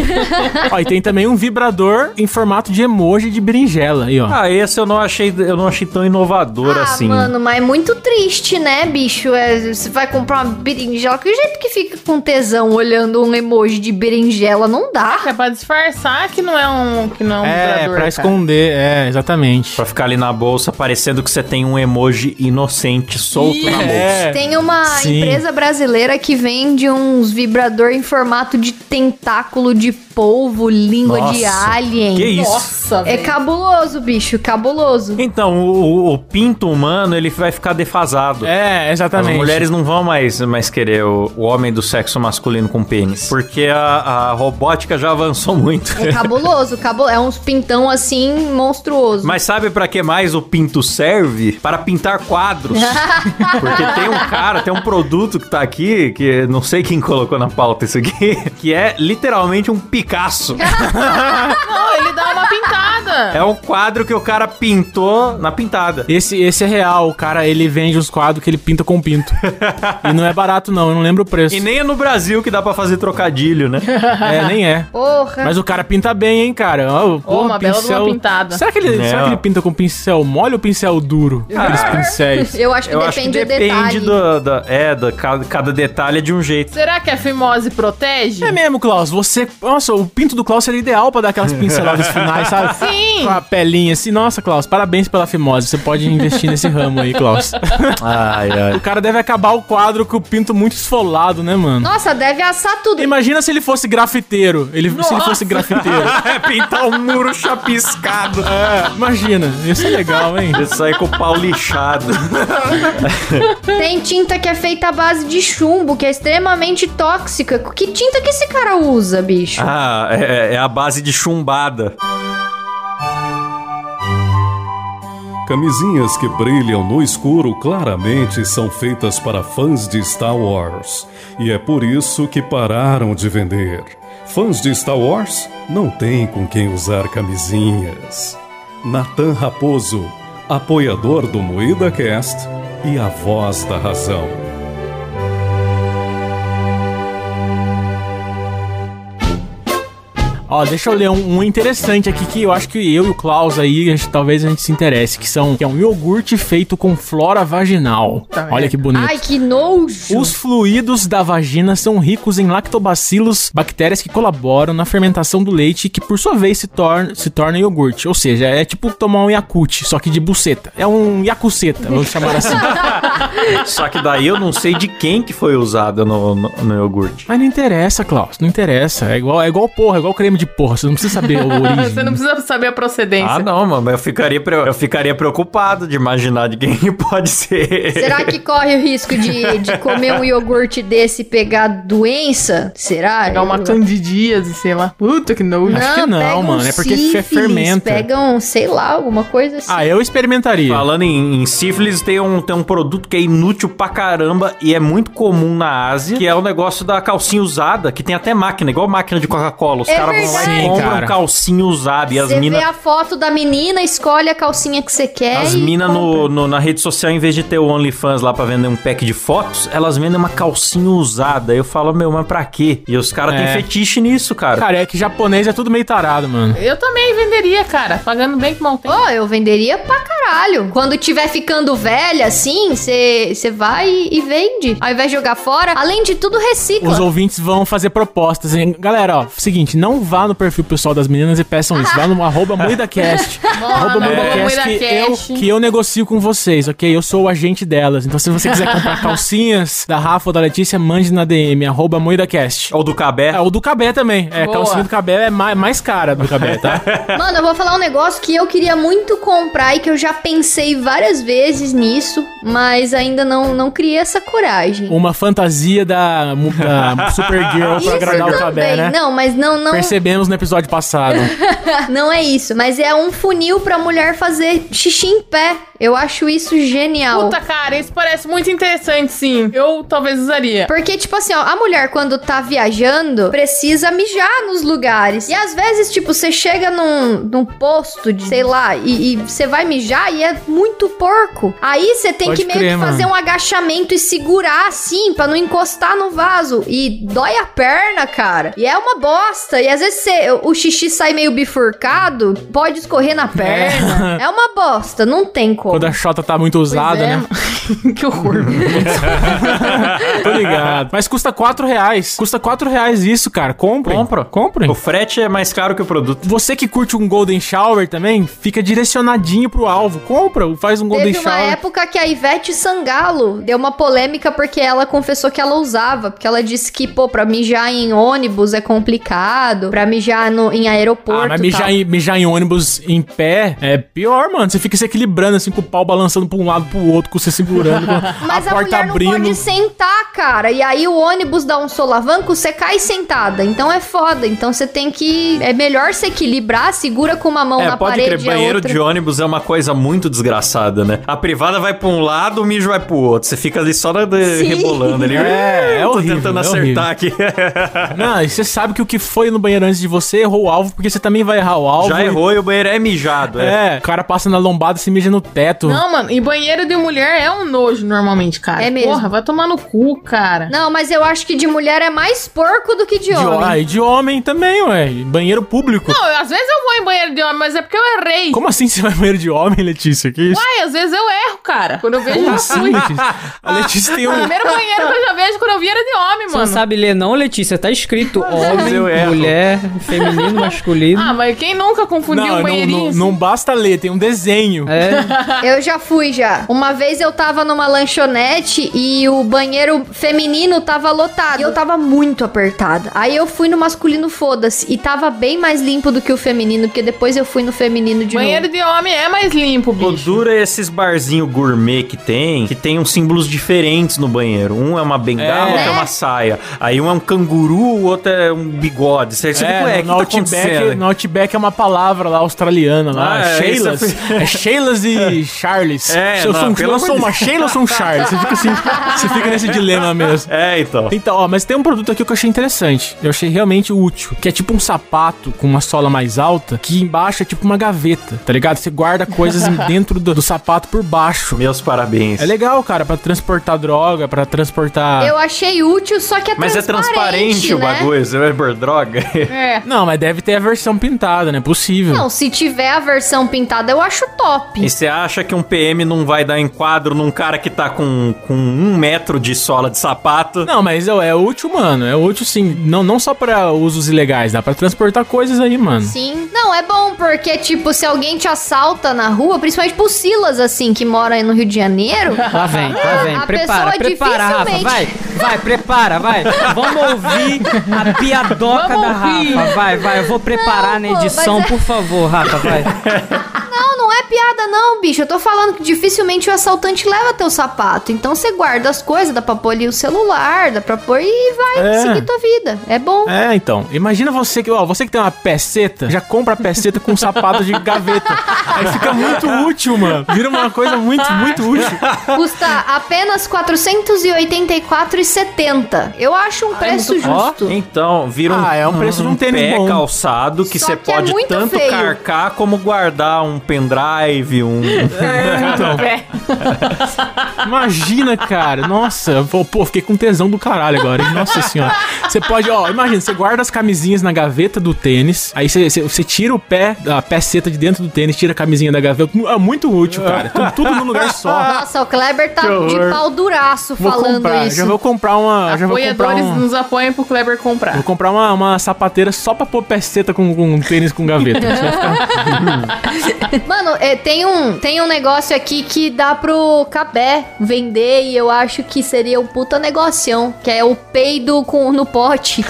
B: ó, e tem também um vibrador em formato de emoji de berinjela aí, ó.
A: Ah, esse eu não achei, eu não achei tão inovador assim.
C: mano, mas é muito triste, né, bicho? É, você vai comprar uma berinjela, que jeito que fica com tesão olhando um emoji de berinjela? Não dá.
D: É pra disfarçar que não é um, que não é um
B: é,
D: vibrador,
B: pra
D: cara.
B: esconder, é, exatamente.
A: Pra ficar ali na bolsa, parecendo que você tem um emoji inocente solto na bolsa.
B: É.
C: Tem uma
B: Sim.
C: empresa brasileira que vende uns vibrador em formato de tentáculo de polvo, língua de
A: Nossa,
C: alien.
A: que isso?
D: Nossa,
C: É
D: velho.
C: cabuloso, bicho, cabuloso.
A: Então, o, o- o pinto humano, ele vai ficar defasado.
B: É,
A: As
B: exatamente.
A: mulheres não vão mais, mais querer o, o homem do sexo masculino com pênis. Porque a, a robótica já avançou
B: <laughs>
A: muito. <laughs>
C: É cabuloso, cabuloso. É uns pintão assim monstruoso.
A: Mas sabe pra que mais o pinto serve? Para pintar
B: <laughs>
A: quadros. Porque tem um cara, tem um produto que tá aqui, que não sei quem colocou na pauta isso aqui, <laughs> que é literalmente um
B: <laughs>
A: Picasso.
D: Não, ele dá uma pintada.
A: É um quadro que o cara pintou na pintada.
B: Esse, esse é real, o cara, ele vende uns quadros que ele pinta com pinto.
A: <laughs>
B: e não é barato não, eu não lembro o preço.
A: E nem é no Brasil que dá pra fazer trocadilho,
C: <laughs>
A: né?
B: É, nem é.
C: Porra.
B: Mas o cara pinta bem, hein, cara. Ó, pô,
D: Tá. uma bela de uma pintada.
B: Será que, ele,
A: Né,
B: será que
A: ó.
B: ele pinta com pincel mole ou pincel duro? Aqueles pincéis.
C: Eu acho que
A: Eu acho que
C: depende do
A: depende
C: detalhe.
A: do, da, é, da, cada, cada detalhe é de um jeito.
D: Será que a fimose protege?
B: É mesmo, Klaus. Você. Nossa, o pinto do Klaus seria ideal pra dar aquelas pinceladas finais, sabe?
D: Sim.
B: Com a pelinha assim. Nossa, Klaus, parabéns pela fimose. Você pode investir nesse ramo aí, Klaus.
A: <laughs> Ai,
B: o
A: ai.
B: cara deve acabar o quadro com o pinto muito esfolado, né, mano?
C: Nossa, deve assar tudo.
B: Imagina se ele fosse grafiteiro. Ele, se ele fosse
D: Nossa.
B: grafiteiro.
D: <laughs>
B: É,
A: É pintar um muro chapiscado.
B: Imagina, ia ser legal, hein?
A: Ele sai com o pau lixado. <laughs>
C: Tem tinta que é feita à base de chumbo, que é extremamente tóxica. Que tinta que esse cara usa, bicho?
A: Ah, é, é a base de chumbada.
F: camisinhas que brilham no escuro claramente são feitas para fãs de Star Wars. E é por isso que pararam de vender. Fãs de Star Wars não têm com quem usar camisinhas. Natan Raposo, apoiador do Moída Cast e a voz da razão.
B: Ó, deixa eu ler um, um interessante aqui que eu acho que eu e o Klaus aí, a gente- talvez a gente se interesse, que são que é um iogurte feito com flora vaginal. Olha que bonito.
C: Ai,
B: <laughs>
C: que nojo.
B: Os fluidos da vagina são ricos em lactobacilos, bactérias que colaboram na fermentação do leite, que por sua vez se torna, se torna iogurte. Ou seja, é tipo tomar um Yakut, só que de buceta. É um Yakuceta, vamos chamar
D: <laughs>
B: assim.
A: Só que daí eu não sei de quem que foi usada no, no, no iogurte.
B: Mas não interessa, Klaus, não interessa. É igual, é igual porra, é igual creme de porra. Você não precisa saber
D: <laughs>
B: a origem.
D: Você não precisa saber a procedência.
A: Ah, não, mano, mas eu ficaria, pre- eu ficaria preocupado de imaginar de quem pode ser.
C: Será que corre o risco de, de comer um iogurte desse e pegar doença? Será?
D: Pegar uma
C: Eu-
D: candidíase, sei lá. Puta que nojo.
B: Acho que não,
C: pega um
B: mano, é porque fe-
C: sífilis,
B: fermenta.
C: Pega um, sei lá, alguma coisa assim.
B: Ah, eu experimentaria.
A: Falando em, em sífilis, tem um, tem um produto que é inútil pra caramba e é muito comum na Ásia, que é o negócio da calcinha usada, que tem até máquina, igual máquina de Coca-Cola. Os
C: É
A: caras vão lá
C: verdade.
A: e
B: Sim,
A: compram
B: cara.
A: calcinha usada e as
C: Você vê
A: minas.
C: a foto da menina, escolhe a calcinha que você quer.
A: As
C: e
A: minas
C: compra.
A: na rede social, em vez de ter o OnlyFans lá pra vender um pack de fotos, elas vendem uma calcinha usada. Eu falo, meu, mas pra quê? E os caras têm
B: É.
A: fetiche nisso, cara.
B: Cara, é que japonês é tudo meio tarado, mano.
D: Eu também venderia, cara. Pagando bem que mal tem.
C: Ó, eu venderia pra caralho. Quando tiver ficando velha, assim, você vai e e vende. Ao invés de jogar fora, além de tudo, recicla.
B: Os ouvintes vão fazer propostas. hein? Galera, ó, seguinte, não vá no perfil pessoal das meninas e peçam isso. Vá no arroba MoidaCast. arroba
D: no arroba
B: MoidaCast que
D: Ah, MoidaCast.
B: eu, que eu negocio com vocês, ok? Eu sou o agente delas. Então, se você quiser comprar calcinhas da Rafa ou da Letícia, mande na DM, arroba MoidaCast.
A: Ou do Cabé.
B: É, o do Cabé também. É,
D: Boa.
B: calcinha do Cabé é mais, mais cara do Cabé, tá?
C: Mano, eu vou falar um negócio que eu queria muito comprar e que eu já pensei várias vezes nisso, mas ainda não, não criei essa coragem.
B: Uma fantasia da, mu- da Supergirl Um pra agradar o Cabé, né?
C: Não, mas não, não,
B: Percebemos no episódio passado.
C: <laughs> não é isso. Mas é um funil pra mulher fazer xixi em pé. Eu acho isso genial.
D: Puta, cara, isso parece muito interessante, sim. Eu talvez usaria.
C: Porque, tipo assim, ó, a mulher, quando tá viajando, precisa mijar nos lugares. E às vezes, tipo, você chega num, num posto de, sei lá, e e você vai mijar e é muito porco. Aí você tem
B: Pode
C: que meio
B: crer,
C: que fazer
B: mano.
C: um agachamento e segurar assim, pra não encostar no vaso. E dói a perna, cara. E é uma bosta. E às vezes você- o xixi sai meio bifurcado, pode
B: <laughs>
C: escorrer na perna. É, uma bosta, não tem como.
B: Quando a Xota tá muito usada,
D: é,
B: né? <laughs>
D: <laughs> que horror.
B: Tô ligado. Mas custa 4 reais. Custa 4 reais isso, cara. Comprem. Compra. Comprem.
A: O frete é mais caro que o produto.
B: Você que curte um Golden Shower também, fica direcionadinho pro alvo. Compra, faz um Golden
C: Teve uma
B: Shower.
C: época que a Ivete Sangalo deu uma polêmica porque ela confessou que ela usava, porque ela disse que, pô, pra mijar em ônibus é complicado, pra mijar no, em aeroporto.
B: Ah, mas mijar
C: tal.
B: em, mijar em ônibus em pé é pior, mano. Você fica se equilibrando assim, com o pau balançando pra um lado, pro outro, com você segurando,
C: <laughs>
B: com
C: Mas
B: a
C: a,
B: porta
C: mulher não
B: abrindo.
C: pode sentar, cara. E aí o ônibus dá um solavanco, você cai sentada. Então é foda. Então você tem que. É melhor se equilibrar, segura com uma mão
A: É,
C: na
A: pode
C: parede.
A: crer,
C: e a
A: banheiro
C: outra.
A: de ônibus é uma coisa muito desgraçada, né? A privada vai pra um lado, o mijo vai pro outro. Você fica ali só na-
C: Sim.
A: rebolando ali.
B: É, é
A: Tô
B: horrível,
A: tentando
B: é
A: acertar aqui.
B: <laughs> Não, e você sabe que o que foi no banheiro antes de você errou o alvo, porque você também vai errar o alvo.
A: Já
B: e-
A: errou e o banheiro é mijado. É.
B: É, o cara passa na lombada e se mija no teto.
D: Não, mano, e banheiro de mulher é um nojo normalmente, cara.
C: É mesmo.
D: Porra, vai tomar no cu, cara.
C: Não, mas eu acho que de mulher é mais porco do que de,
B: De,
C: homem.
B: ah, e de homem também, ué. E Banheiro público.
D: Não, eu- às vezes eu vou em banheiro de homem, mas é porque eu errei.
B: Como assim você vai no banheiro de homem, Letícia? Que isso?
D: Ai, às vezes eu erro, cara. Quando eu vejo.
B: Como assim, Letícia? <laughs> A Letícia tem
D: O
B: um.
D: primeiro banheiro que eu já vejo quando eu vi era de homem,
E: Você não
D: mano.
E: sabe ler não, Letícia? Tá escrito
A: eu
E: homem,
A: erro.
E: mulher, feminino, masculino.
D: Ah, mas quem nunca confundiu
B: Não,
D: um
B: não, não,
D: banheirinho? assim?
B: não basta ler, tem um desenho.
E: É,
C: Eu já fui já. Uma vez eu tava numa lanchonete e o banheiro feminino tava lotado. E eu tava muito apertada. Aí eu fui no masculino, foda-se. E tava bem mais limpo do que o feminino, porque depois eu fui no feminino de
D: banheiro
C: novo.
D: de homem é mais tempo,
A: O
D: bicho.
A: dura é esses barzinhos gourmet que tem, que tem uns símbolos diferentes no banheiro. Um é uma bengala,
B: É.
A: outro é
C: Né?
A: uma saia. Aí um é um canguru, o outro é um bigode. Você, você fica, ué, o que
B: É, no,
A: tá
B: Outback,
A: acontecendo?
B: no Outback é uma palavra lá australiana lá.
A: Ah, é,
B: Sheilas.
A: isso eu
B: É
A: <laughs>
B: Sheilas e Charles.
A: É,
B: se eu
A: não,
B: sou, um,
A: pelo
B: eu
A: amor
B: sou
A: de
B: uma
A: Deus.
B: Sheila ou sou um Charles? Você fica assim, você fica nesse dilema mesmo.
A: É, então.
B: Então, ó, mas tem um produto aqui que eu achei interessante. Eu achei realmente útil. Que é tipo um sapato com uma sola mais alta, que embaixo é tipo uma gaveta, tá ligado? Você guarda
C: <laughs>
B: coisas em- dentro do, do sapato por baixo.
A: Meus parabéns.
B: É legal, cara, pra transportar droga, pra transportar.
C: Eu achei útil, só que é
A: Mas é transparente o
C: né?
A: bagulho, você vai por droga.
C: É.
B: Não, mas deve ter a versão pintada, né? Possível.
C: Não, se tiver a versão pintada, eu acho top.
A: E você acha que um PM não vai dar enquadro num cara que tá com, com um metro de sola de sapato?
B: Não, mas ó, é útil, mano. É útil sim. Não, não só pra usos ilegais, dá pra transportar coisas aí, mano.
C: Sim. Não, é bom porque, tipo, se alguém te assalta na rua, principalmente pro Silas, assim, que mora aí no Rio de Janeiro.
E: Lá vem, lá vem.
C: Ah, A
E: prepara,
C: pessoa
E: prepara, Rafa.
C: dificilmente-
E: Vai, vai, prepara, vai. Vamos ouvir a piadoca
D: Vamos
E: da
D: ouvir.
E: Rafa. Vai, vai. Eu vou preparar
C: Não,
E: na
C: pô,
E: edição,
C: mas é-
E: por favor, Rafa, vai.
C: Não, não é piada, não, bicho. Eu tô falando que dificilmente o assaltante leva teu sapato. Então você guarda as coisas, dá pra pôr ali o celular, dá pra pôr e vai
B: É.
C: seguir tua vida. É bom.
B: É, então. Imagina você que, ó, você que tem uma peceta, já compra a peceta com um sapato de gaveta. Aí fica muito útil, mano. Vira uma coisa muito, muito útil.
C: Custa apenas 484,70. Eu acho um preço justo.
A: Então, vira um,
B: Ah, é um preço de um tênis
A: pé
B: bom.
A: calçado que
C: Só
A: você
C: que é
A: pode
C: muito
A: tanto
C: feio.
A: carcar como guardar um pendrive, um...
B: <laughs> Então,
D: Pé.
B: imagina, cara. Nossa, pô, pô, fiquei com tesão do caralho agora. hein? Nossa senhora. Você pode, ó, imagina, você guarda as camisinhas na gaveta do tênis, aí você, você- você tira o pé, a peceta de dentro do tênis, tira a camisinha da gaveta. É muito útil, cara. Tudo, tudo num lugar só.
C: Nossa, o Kleber tá de pau duraço
B: Vou
C: falando
B: comprar,
C: isso.
B: já vou comprar uma. Já vou comprar
D: Apoiadores
B: um...
D: nos apoiam pro Kleber comprar.
B: Vou comprar uma, uma sapateira só pra pôr peceta com, com um tênis
A: <laughs>
B: com gaveta. Isso vai ficar-
C: Mano, é, tem, um, tem um negócio aqui que dá pro Cabé vender e eu acho que seria um puta negocião, que é o peido com, no pote.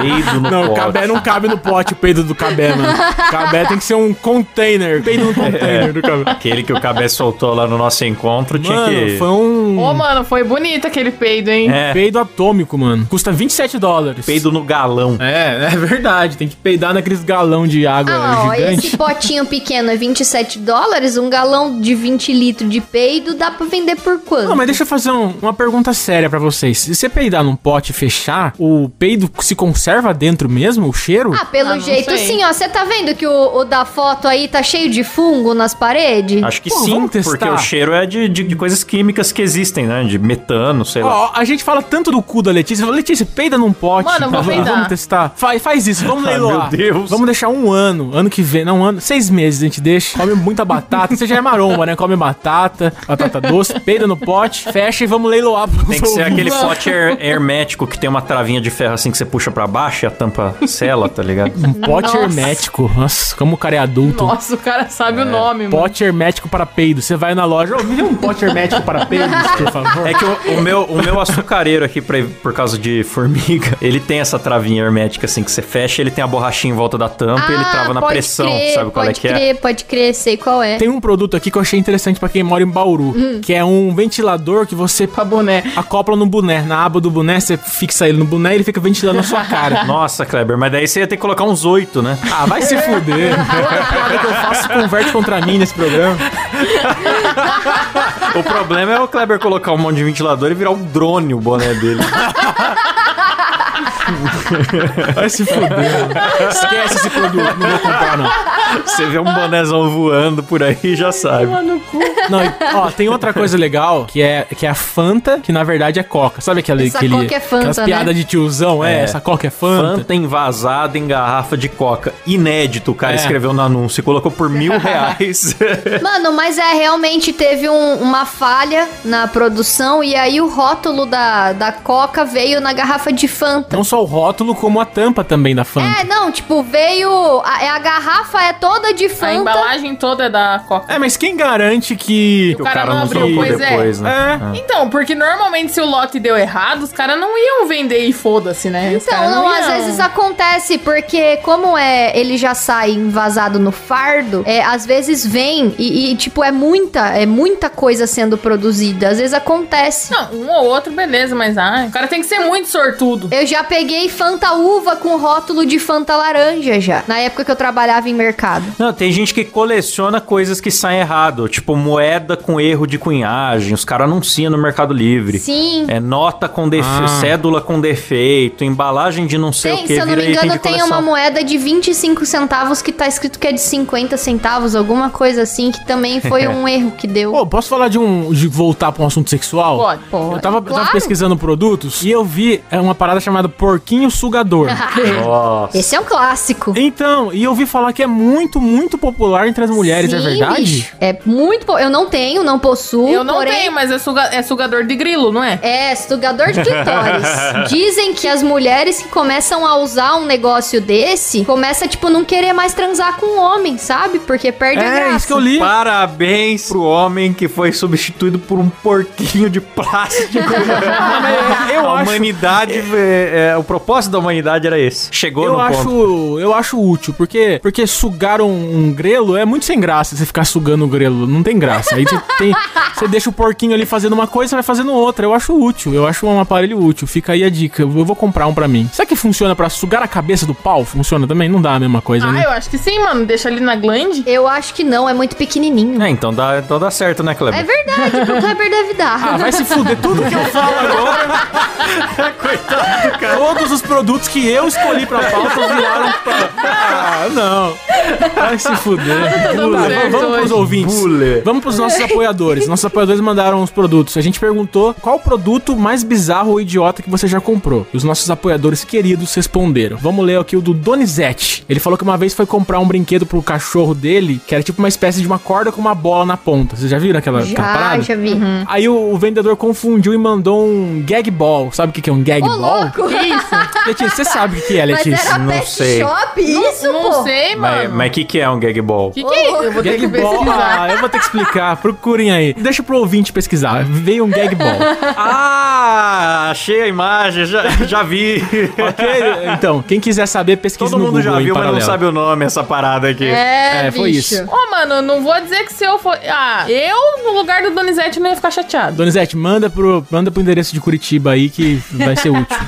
A: peido no
B: <laughs> não, o
A: pote.
B: cabé não cabe no pote o peido do cabé, mano. Cabé tem que ser um container. Peido
A: <laughs>
B: no container é um do cabé.
A: É. Aquele que o Cabé soltou lá no nosso encontro tinha
B: Mano,
A: que...
B: foi um
D: Ô, mano, foi bonito aquele peido, hein?
A: Hum. É,
B: peido atômico, mano. Custa 27 dólares.
A: peido no galão.
B: É, é verdade. Tem que peidar naqueles galão de água
A: É
C: Ah, ó,
B: gigante.
C: esse potinho pequeno é 27 dólares, um galão de 20 litros de peido dá pra vender por quanto?
B: Não, mas deixa eu fazer um- uma pergunta séria pra vocês. Se você peidar num pote e fechar, o peido se conserva dentro mesmo, o cheiro?
C: Ah, pelo
D: Ah, não
C: jeito
D: sei.
C: sim, ó. Você tá vendo que o, o da foto aí tá cheio de fungo nas paredes?
A: Acho que
B: Pô,
A: sim,
B: vamos testar.
A: porque o cheiro é de, de, de coisas químicas que existem, né? De metano, sei lá.
B: Ó, a gente fala tanto do cu da Letícia. Fala, Letícia, peida num pote.
D: Mano, eu vou
B: Vamos-
D: peidar.
B: Vamos testar. Faz, faz isso, <laughs> vamos
A: Ai,
B: leiloar.
A: meu Deus.
B: Vamos deixar um ano. Ano que vem, não, um ano. Seis meses a gente deixa. Come muita batata. Você já é maromba, né? Come batata, batata doce, peida no pote, fecha e vamos leiloar. pros
A: Tem que ser
B: ouvintes.
A: aquele pote her- hermético que tem uma travinha de ferro assim que você puxa pra baixo e a tampa sela, tá ligado?
B: Um pote
D: Nossa.
B: hermético. Nossa, como o cara é adulto.
D: Nossa, o cara sabe
A: É.
D: o nome, mano.
B: Pote hermético para peido. Você vai na loja, ô, me vê um pote hermético para
D: <laughs>
B: peido, por favor.
A: É que o, o meu, o meu açucareiro aqui, pra- por causa de formiga, <laughs> ele tem essa travinha hermética assim que você fecha, ele tem a borrachinha em volta da tampa e ele trava na
C: Ah, pode
A: pressão,
C: crer,
A: sabe qual é
C: pode
A: que é?
C: crer, Pode crer, sei qual é.
A: <laughs>
B: Tem um produto aqui que eu achei interessante pra quem mora em Bauru,
D: Hum.
B: que é um ventilador que você
D: Pra boné.
B: acopla no boné. Na aba do boné, você fixa ele no boné e ele fica ventilando a sua cara.
A: Nossa, Kleber, mas daí você ia ter que colocar uns oito, né?
B: Ah, vai se <laughs> fuder. Toda piada que eu faço se converte contra mim nesse programa.
A: O problema é o Kleber colocar um monte de ventilador e virar um drone o boné dele.
B: Vai se fuder. Esquece esse produto, não vou comprar, não.
A: Você vê um bonézão voando por aí e já sabe.
B: Não, e- ó, tem outra coisa legal que é, que é a Fanta, que na verdade é Coca. Sabe aquela,
C: Essa
B: aquele,
C: Coca é Fanta,
B: aquelas piadas de tiozão? É,
A: É.
B: essa Coca é Fanta.
A: Fanta envasada em garrafa de coca. Inédito, o cara
B: É.
A: escreveu no anúncio e colocou por
C: <laughs>
A: mil reais.
C: Mano, mas é realmente teve um- uma falha na produção e aí o rótulo da, da Coca veio na garrafa de Fanta.
B: Não só só o rótulo, como a tampa também da Fanta.
C: É, não, tipo, veio. A, é a garrafa é toda de
D: A
C: Fanta.
D: embalagem toda é da Coca.
B: É, mas quem garante
A: <laughs>
B: que.
A: Que o
D: cara
A: cara
D: não
A: não
D: abriu,
A: trocou
D: pois é.
A: depois, né?
B: É.
A: Ah.
D: Então, porque normalmente se o lote deu errado, os caras não iam vender e foda-se, né?
A: é
D: Os
C: Então,
A: um
D: caras
C: não, às
D: iam.
C: vezes acontece, porque como é, ele já sai envasado no fardo, é, às vezes vem e, e, tipo, é muita, é muita coisa sendo produzida. Às vezes acontece.
D: Não, um ou outro, beleza, mas ai, o cara tem que ser muito sortudo.
C: Eu já peguei Fanta uva com rótulo de Fanta laranja já, na época que eu trabalhava em mercado.
A: Não, tem gente que coleciona coisas que saem errado, tipo moeda com erro de cunhagem, os caras anunciam no Mercado Livre.
C: Sim.
A: É nota com defe... cédula com defeito, embalagem de É, não sei o
C: Tem,
A: que,
C: se eu não
A: vira
C: me
A: item
C: engano,
A: de
C: tem
A: coleção.
C: uma moeda de 25 centavos que tá escrito que é de 50 centavos, alguma coisa assim, que também
A: <laughs>
C: foi um erro que deu.
B: Pô, posso falar de um. de voltar pra um assunto sexual?
D: Pode,
C: pode.
B: Eu tava, eu tava
C: Claro.
B: pesquisando produtos e eu vi é, uma parada chamada porquinho
C: <laughs>
B: sugador.
A: Nossa.
C: Esse é um clássico.
B: então, e eu vi falar que é muito, muito popular entre as mulheres, é
C: Sim,
B: verdade?
C: bicho. É muito. po- Eu não tenho, não possuo.
D: Eu não
C: porém,
D: tenho, mas é, suga- é sugador de grilo, não é?
C: É, sugador de
B: <laughs>
C: clitóris. Dizem que as mulheres que começam a usar um negócio desse, começa, tipo, não querer mais transar com um homem, sabe? Porque perde a
B: É,
C: graça.
B: isso que eu li.
A: Parabéns pro homem que foi substituído por um porquinho de <laughs> plástico.
B: Eu
A: a
B: acho-
A: humanidade, é, é, o propósito da humanidade era esse. Chegou
B: Eu
A: no ponto.
B: acho, eu acho útil, porque, porque sugar um, um grelo é muito sem graça você ficar sugando o grelo. Não tem graça.
D: <laughs>
B: Aí você, tem- você deixa o porquinho ali fazendo uma coisa, vai fazendo outra. Eu acho útil. Eu acho um aparelho útil. Fica aí a dica. Eu vou comprar um pra mim. Será que funciona pra sugar a cabeça do pau? Funciona também? Não dá a mesma
A: Hum.
B: coisa,
D: Ah,
B: né?
D: eu acho que sim, mano. Deixa ali na glande.
C: Eu acho que não, é muito pequenininho.
A: É, então dá, então dá certo, né,
C: É
A: Kleber?
B: <laughs>
C: verdade, pro Kleber deve
B: Ah,
C: dar.
B: vai se fuder tudo que eu falo agora.
A: <laughs> Coitado, cara.
B: Todos os produtos que eu escolhi pra pauta viraram pra. Ah, não. Vai se fuder.
D: dando
B: Vamos-
D: certo
B: Vamos pros
D: hoje.
B: ouvintes.
A: Bule.
B: Vamos pros nossos apoiadores. Nossos apoiadores mandaram os produtos. A gente perguntou qual o produto mais bizarro ou idiota que você já comprou. E os nossos apoiadores queridos responderam. Vamos ler aqui o do Donizete. Ele falou que uma vez foi comprar um brinquedo pro cachorro dele, que era tipo uma espécie de uma corda com uma bola na ponta. Vocês já viram aquela, aquela
C: Já,
B: parada?
C: já vi.
B: Aí o, o vendedor confundiu e mandou um gag ball. Sabe o que, que é um gag
C: Ô,
B: ball?
C: louco!
B: Letícia, você sabe o que que é,
C: Mas
B: Letícia?
C: era
A: não
C: pet
A: sei.
C: shop isso, pô?
D: Não sei,
A: Mas
D: mano.
A: mas o que, que é um gag ball?
D: Que que é isso? Eu vou ter
B: Gag
D: que
B: ball.
D: pesquisar.
B: Ah, eu vou ter que explicar. Procurem aí. Deixa pro ouvinte pesquisar. Veio um gag ball.
A: <laughs> Ah, achei a imagem, já, já <laughs> vi.
B: ok? Então, quem quiser saber, pesquisa
A: Todo
B: no
A: mundo
B: Google
A: já
B: em
A: viu, mas
B: paralelo.
A: não sabe o nome essa parada aqui.
C: É,
B: É, foi
C: bicho.
B: isso.
D: Ô, mano, não vou dizer que se eu for. Ah, eu no lugar do Donizete não ia ficar chateado.
B: Donizete, manda pro, manda pro endereço de Curitiba aí que vai ser
C: <laughs>
B: útil.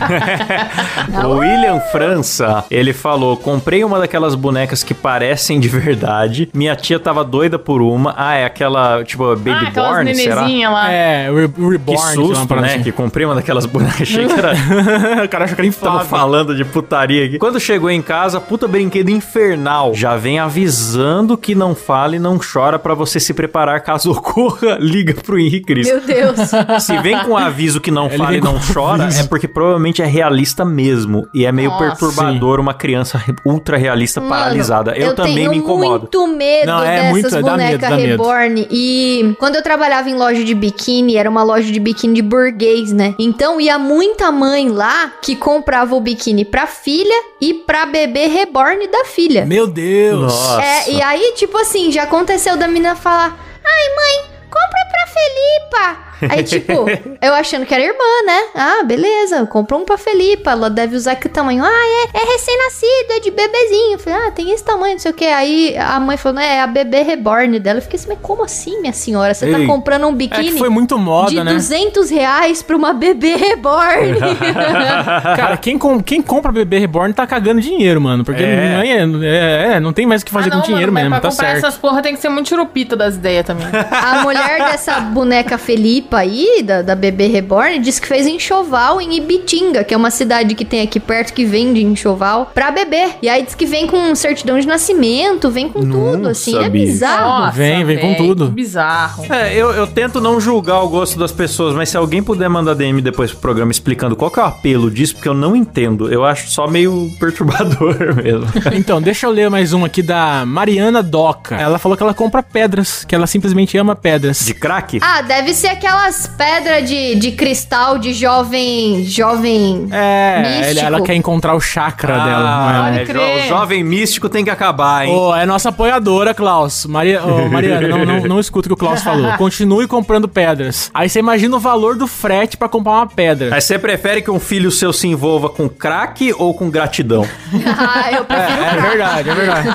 A: O William França, ele falou: comprei uma daquelas bonecas que parecem de verdade. Minha tia tava doida por uma. Ah, é aquela, tipo, Baby
D: ah, aquelas
A: Born, será?
D: nenezinhas lá.
B: é, o Re- o
A: Que
B: Reborn. sei lá, uma
A: susto,
B: parada
A: né?
B: assim.
A: Que comprei uma daquelas bonecas. <laughs> Achei que era.
B: <laughs> o cara achou que era
A: Tamo
B: inflável.
A: falando de putaria aqui. Quando chegou em casa, puta brinquedo infernal. Já vem avisando que não fala e não chora pra você se preparar caso <laughs> ocorra. Liga pro Henrique Cristo.
C: Meu Deus.
B: <laughs>
A: Se vem com um aviso que não
B: Ele
A: fala
B: vem
A: e não
B: com
A: chora,
B: aviso.
A: é porque provavelmente é realista mesmo. E é meio
D: Nossa.
A: perturbador uma criança re- ultra realista paralisada.
C: Mano,
A: Eu, também
C: tenho
A: me incomodo.
C: muito medo
B: Não, é
C: dessas
B: muito- dá medo,
C: bonecas
B: dá medo.
C: reborn. E quando eu trabalhava em loja de biquíni, era uma loja de biquíni de burguês, né? Então ia muita mãe lá que comprava o biquíni pra filha e pra bebê reborn da filha.
B: Meu Deus.
A: Nossa.
C: É, e aí, tipo assim, já aconteceu da menina falar: Ai, mãe, compra pra Felipa.
A: <laughs>
C: Aí, tipo, eu achando que era irmã, né? Ah, beleza, compra um pra Felipa. Ela deve usar que tamanho? Ah, é, é recém-nascido, é de bebezinho. Eu falei, ah, tem esse tamanho, não sei o que. Aí a mãe falou, né, é a bebê reborn dela. Eu fiquei assim, mas como assim, minha senhora? Você tá
A: Ei,
C: comprando um
B: É
C: biquíni
B: que foi muito moda,
C: de
B: né?
C: 200 reais pra uma
A: <laughs>
C: bebê reborn?
B: Cara, quem, com- quem compra bebê reborn tá cagando dinheiro, mano. Porque
A: É.
B: não, é, é, não tem mais o que fazer
D: ah, não,
B: com dinheiro
D: mano, mas
B: mesmo,
D: pra
B: tá
D: comprar
B: certo.
D: essas porra tem que ser muito churupita das ideias
C: <laughs>
D: também.
C: A mulher dessa boneca Felipa aí, da, da bebê reborn, disse que fez enxoval em Ibitinga, que é uma cidade que tem aqui perto que vende enxoval pra bebê. E aí diz que vem com certidão de nascimento, vem com tudo,
A: Nossa,
C: assim, é
A: bicho.
C: bizarro.
B: Vem, vem com
D: véi,
B: tudo.
D: que Bizarro.
A: É, eu, eu tento não julgar o gosto das pessoas, mas se alguém puder mandar DM depois pro programa explicando qual que é o apelo disso, porque eu não entendo. Eu acho só meio <laughs> perturbador mesmo.
B: Então, deixa eu ler mais um aqui da Mariana Doca. Ela falou que ela compra pedras, que ela simplesmente ama pedras.
A: De craque?
C: Ah, deve ser aquelas pedras de, de cristal de jovem. jovem.
B: É,
C: Místico.
B: ele- ela quer encontrar o chakra
A: Ah,
B: dela.
D: Pode
A: é, jo-
D: crer.
A: o jovem místico tem que acabar, hein?
B: Ô, é nossa apoiadora, Klaus.
A: <laughs>
B: Maria, ô, Mariana, não, não, não escuta o que o Klaus
D: <laughs>
B: falou. Continue comprando pedras. Aí você imagina o valor do frete pra comprar uma pedra.
A: Aí você prefere que um filho seu se envolva com crack ou com gratidão?
C: <laughs> Ah, eu prefiro.
B: É verdade, é verdade.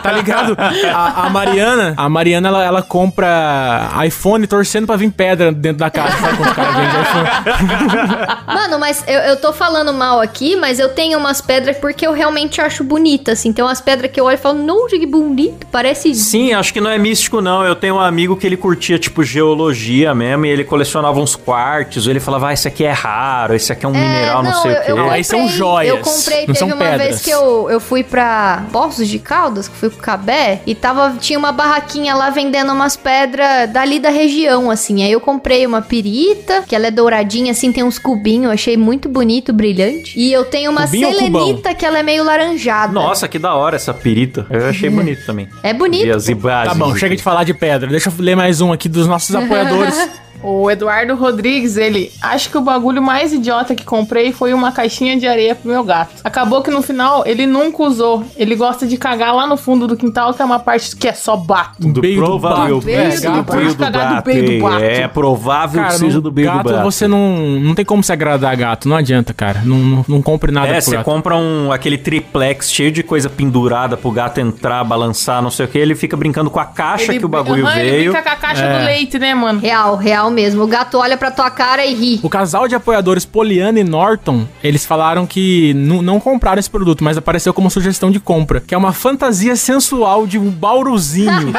B: <laughs> tá ligado? A, a Mariana, a Mariana, ela, ela compra iPhone torcendo pra vir pedra dentro da caixa. Sabe quando o cara vende iPhone?
C: Mano, mas eu, eu tô falando mal aqui, mas eu tenho umas pedras porque eu realmente acho bonita, assim. Tem umas pedras que eu olho e falo, não, que bonito, parece.
A: Sim, acho que não é místico, não. Eu tenho um amigo que ele curtia, tipo, geologia mesmo, e ele colecionava uns quartos, ele falava, ah, esse aqui é raro, esse aqui é um mineral, não, sei o quê.
C: eu
B: Não, aí são é um joias,
C: Eu comprei,
B: não
C: teve
B: são
C: uma
B: pedras.
C: vez que eu, eu fui pra Poços de Caldas, que fui pro Cabé, e tava, tinha uma barraquinha lá vendendo umas pedras dali da região, assim. Aí eu comprei uma pirita, que ela é douradinha, assim, tem uns cubinhos, eu achei muito bonito, brilhante. E eu tenho uma
B: Cubinho ou
C: selenita, que ela é meio laranjada.
A: Nossa, que da hora essa pirita. Eu achei bonito também.
C: É bonito.
A: E as imagens
B: Tá bom,
A: aqui.
B: chega de falar de pedra. Deixa eu ler mais um aqui dos nossos apoiadores.
D: O Eduardo Rodrigues, ele acho que o bagulho mais idiota que comprei foi uma caixinha de areia pro meu gato. Acabou que no final ele nunca usou. Ele gosta de cagar lá no fundo do quintal, que é uma parte que é só bato.
A: Do
B: Beijo do
A: provável
B: bato. Beijo
A: preciso
B: do
A: do
B: bato.
A: beijo do
D: Cagado
A: bato.
D: beijo do bato.
A: É provável que seja
B: no
A: do beijo do
B: gato
A: bato.
B: você não, não tem como se agradar gato. Não adianta, cara. Não, não, não compre nada
A: É,
B: pro
A: você
B: gato.
A: compra um, aquele triplex cheio de coisa pendurada pro gato entrar, balançar, não sei o que, ele fica brincando com a caixa
D: Ele-
A: que o bagulho
D: Aham, Ele
A: veio.
D: brinca com a caixa
B: É.
D: do leite, né, mano?
C: Real, real mesmo. O gato olha pra tua cara e ri.
B: O casal de apoiadores Poliana e Norton, eles falaram que nu- não compraram esse produto, mas apareceu como sugestão de compra, que é uma fantasia sensual de um bauruzinho. e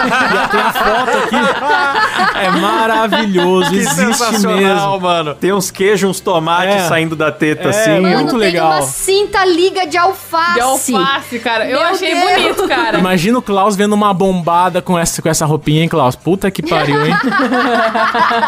B: tem a foto aqui. É maravilhoso, existe mesmo.
A: mano. Tem uns queijos, uns tomates
B: É.
A: saindo da teta
B: É,
A: assim.
B: mano.
C: Mano,
B: muito
C: tem
B: legal.
C: uma cinta liga de alface.
D: De alface, cara. Eu
C: É assim. Meu
D: achei
C: Deus.
D: bonito,
C: <laughs>
D: cara.
B: Imagina o Klaus vendo uma bombada com essa, com essa roupinha, hein, Klaus? Puta que pariu, hein?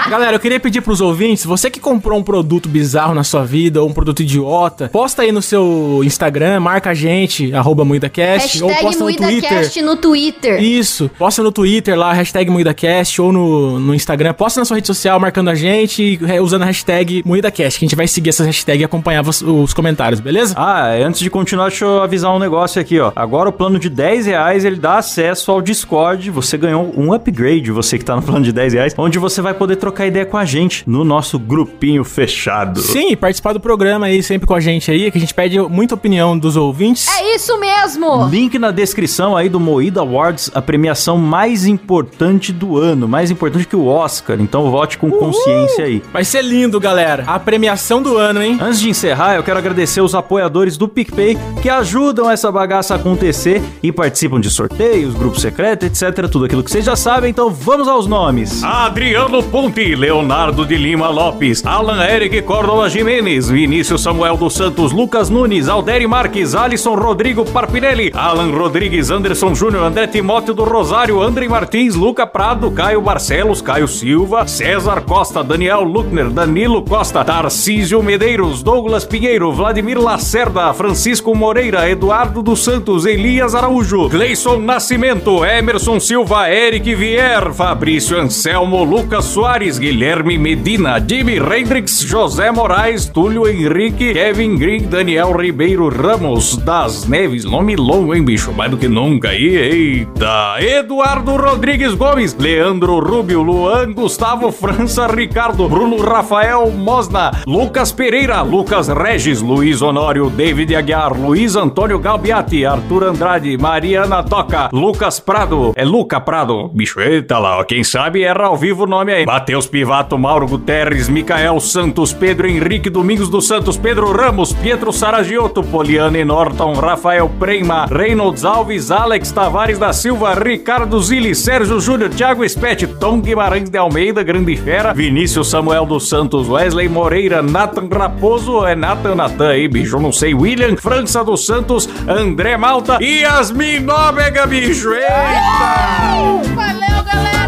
B: Galera, eu queria pedir pros ouvintes, você que comprou um produto bizarro na sua vida, ou um produto idiota, posta aí no seu Instagram, marca a gente, arroba MuidaCast, ou
C: Hashtag
B: posta no Twitter.
C: MuidaCast no Twitter.
B: Isso. Posta no Twitter lá, hashtag MoídaCast, ou no, no Instagram. Posta na sua rede social marcando a gente e re- usando a hashtag MoídaCast, que a gente vai seguir essas hashtags e acompanhar vos- os comentários, beleza?
A: Ah, antes de continuar, deixa eu avisar um negócio aqui, ó. Agora o plano de 10 reais, ele dá acesso ao Discord. Você ganhou um upgrade, você que tá no plano de 10 reais, onde você vai poder trocar ideia com a gente no nosso grupinho fechado.
B: Sim, participar do programa aí sempre com a gente aí, que a gente pede muita opinião dos ouvintes.
C: É isso mesmo!
A: Link na descrição aí do Moída Awards, a premiação mais importante do ano, mais importante que o Oscar. Então vote com consciência aí.
B: Vai ser lindo, galera. A premiação do ano, hein?
A: Antes de encerrar, eu quero agradecer os apoiadores do PicPay que ajudam essa bagaça a acontecer e participam de sorteios, grupo secreto, etc. Tudo aquilo que vocês já sabem, então vamos aos nomes.
G: Adriano Ponte, Leonardo de Lima Lopes, Alan Eric Córdoba Jimenez, Vinícius Samuel dos Santos, Lucas Nunes, Alderi Marques, Alisson Rodrigo Parpinelli, Alan Rodrigues, Anderson Júnior, André Timóteo do Rosário, André Martins, Luca Prado, Caio Barcelos, Caio Silva, César Costa, Daniel Luckner, Danilo Costa, Tarcísio Medeiros, Douglas Pinheiro, Vladimir Lacerda, Francisco Moreira, Eduardo dos Santos, Elias Araújo, Gleison Nascimento, Emerson Silva, Eric Vier, Fabrício Anselmo, Lucas Soares, Guilherme Medina, Jimmy Hendrix, José Moraes, Túlio Henrique, Kevin Green, Daniel Ribeiro Ramos, Das Neves, nome longo, hein, bicho? Mais do que nunca aí, eita! Eduardo Rodrigues Gomes, Leandro Rubio, Luan Gustavo França, Ricardo, Bruno Rafael Mosna, Lucas Pereira, Lucas Regis, Luiz Honório, David Aguiar, Luiz Antônio Galbiati, Arthur Andrade, Mariana Toca, Lucas Prado, é Luca Prado, bicho, eita lá, ó, quem sabe era ao vivo o nome aí. Matheus Pivato, Mauro Guterres, Micael Santos, Pedro Henrique Domingos dos Santos, Pedro Ramos, Pietro Saragiotto, Poliana e Norton, Rafael Prema, Reynolds Alves, Alex Tavares da Silva, Ricardo Zilli, Sérgio Júnior, Thiago Espete, Tom Guimarães de Almeida, Grande Fera, Vinícius Samuel dos Santos, Wesley Moreira, Nathan Raposo, é Nathan Natan aí, bicho, não sei, William, França dos Santos, André Malta e Yasmin Nóbrega, bicho, eita!
D: Valeu, galera!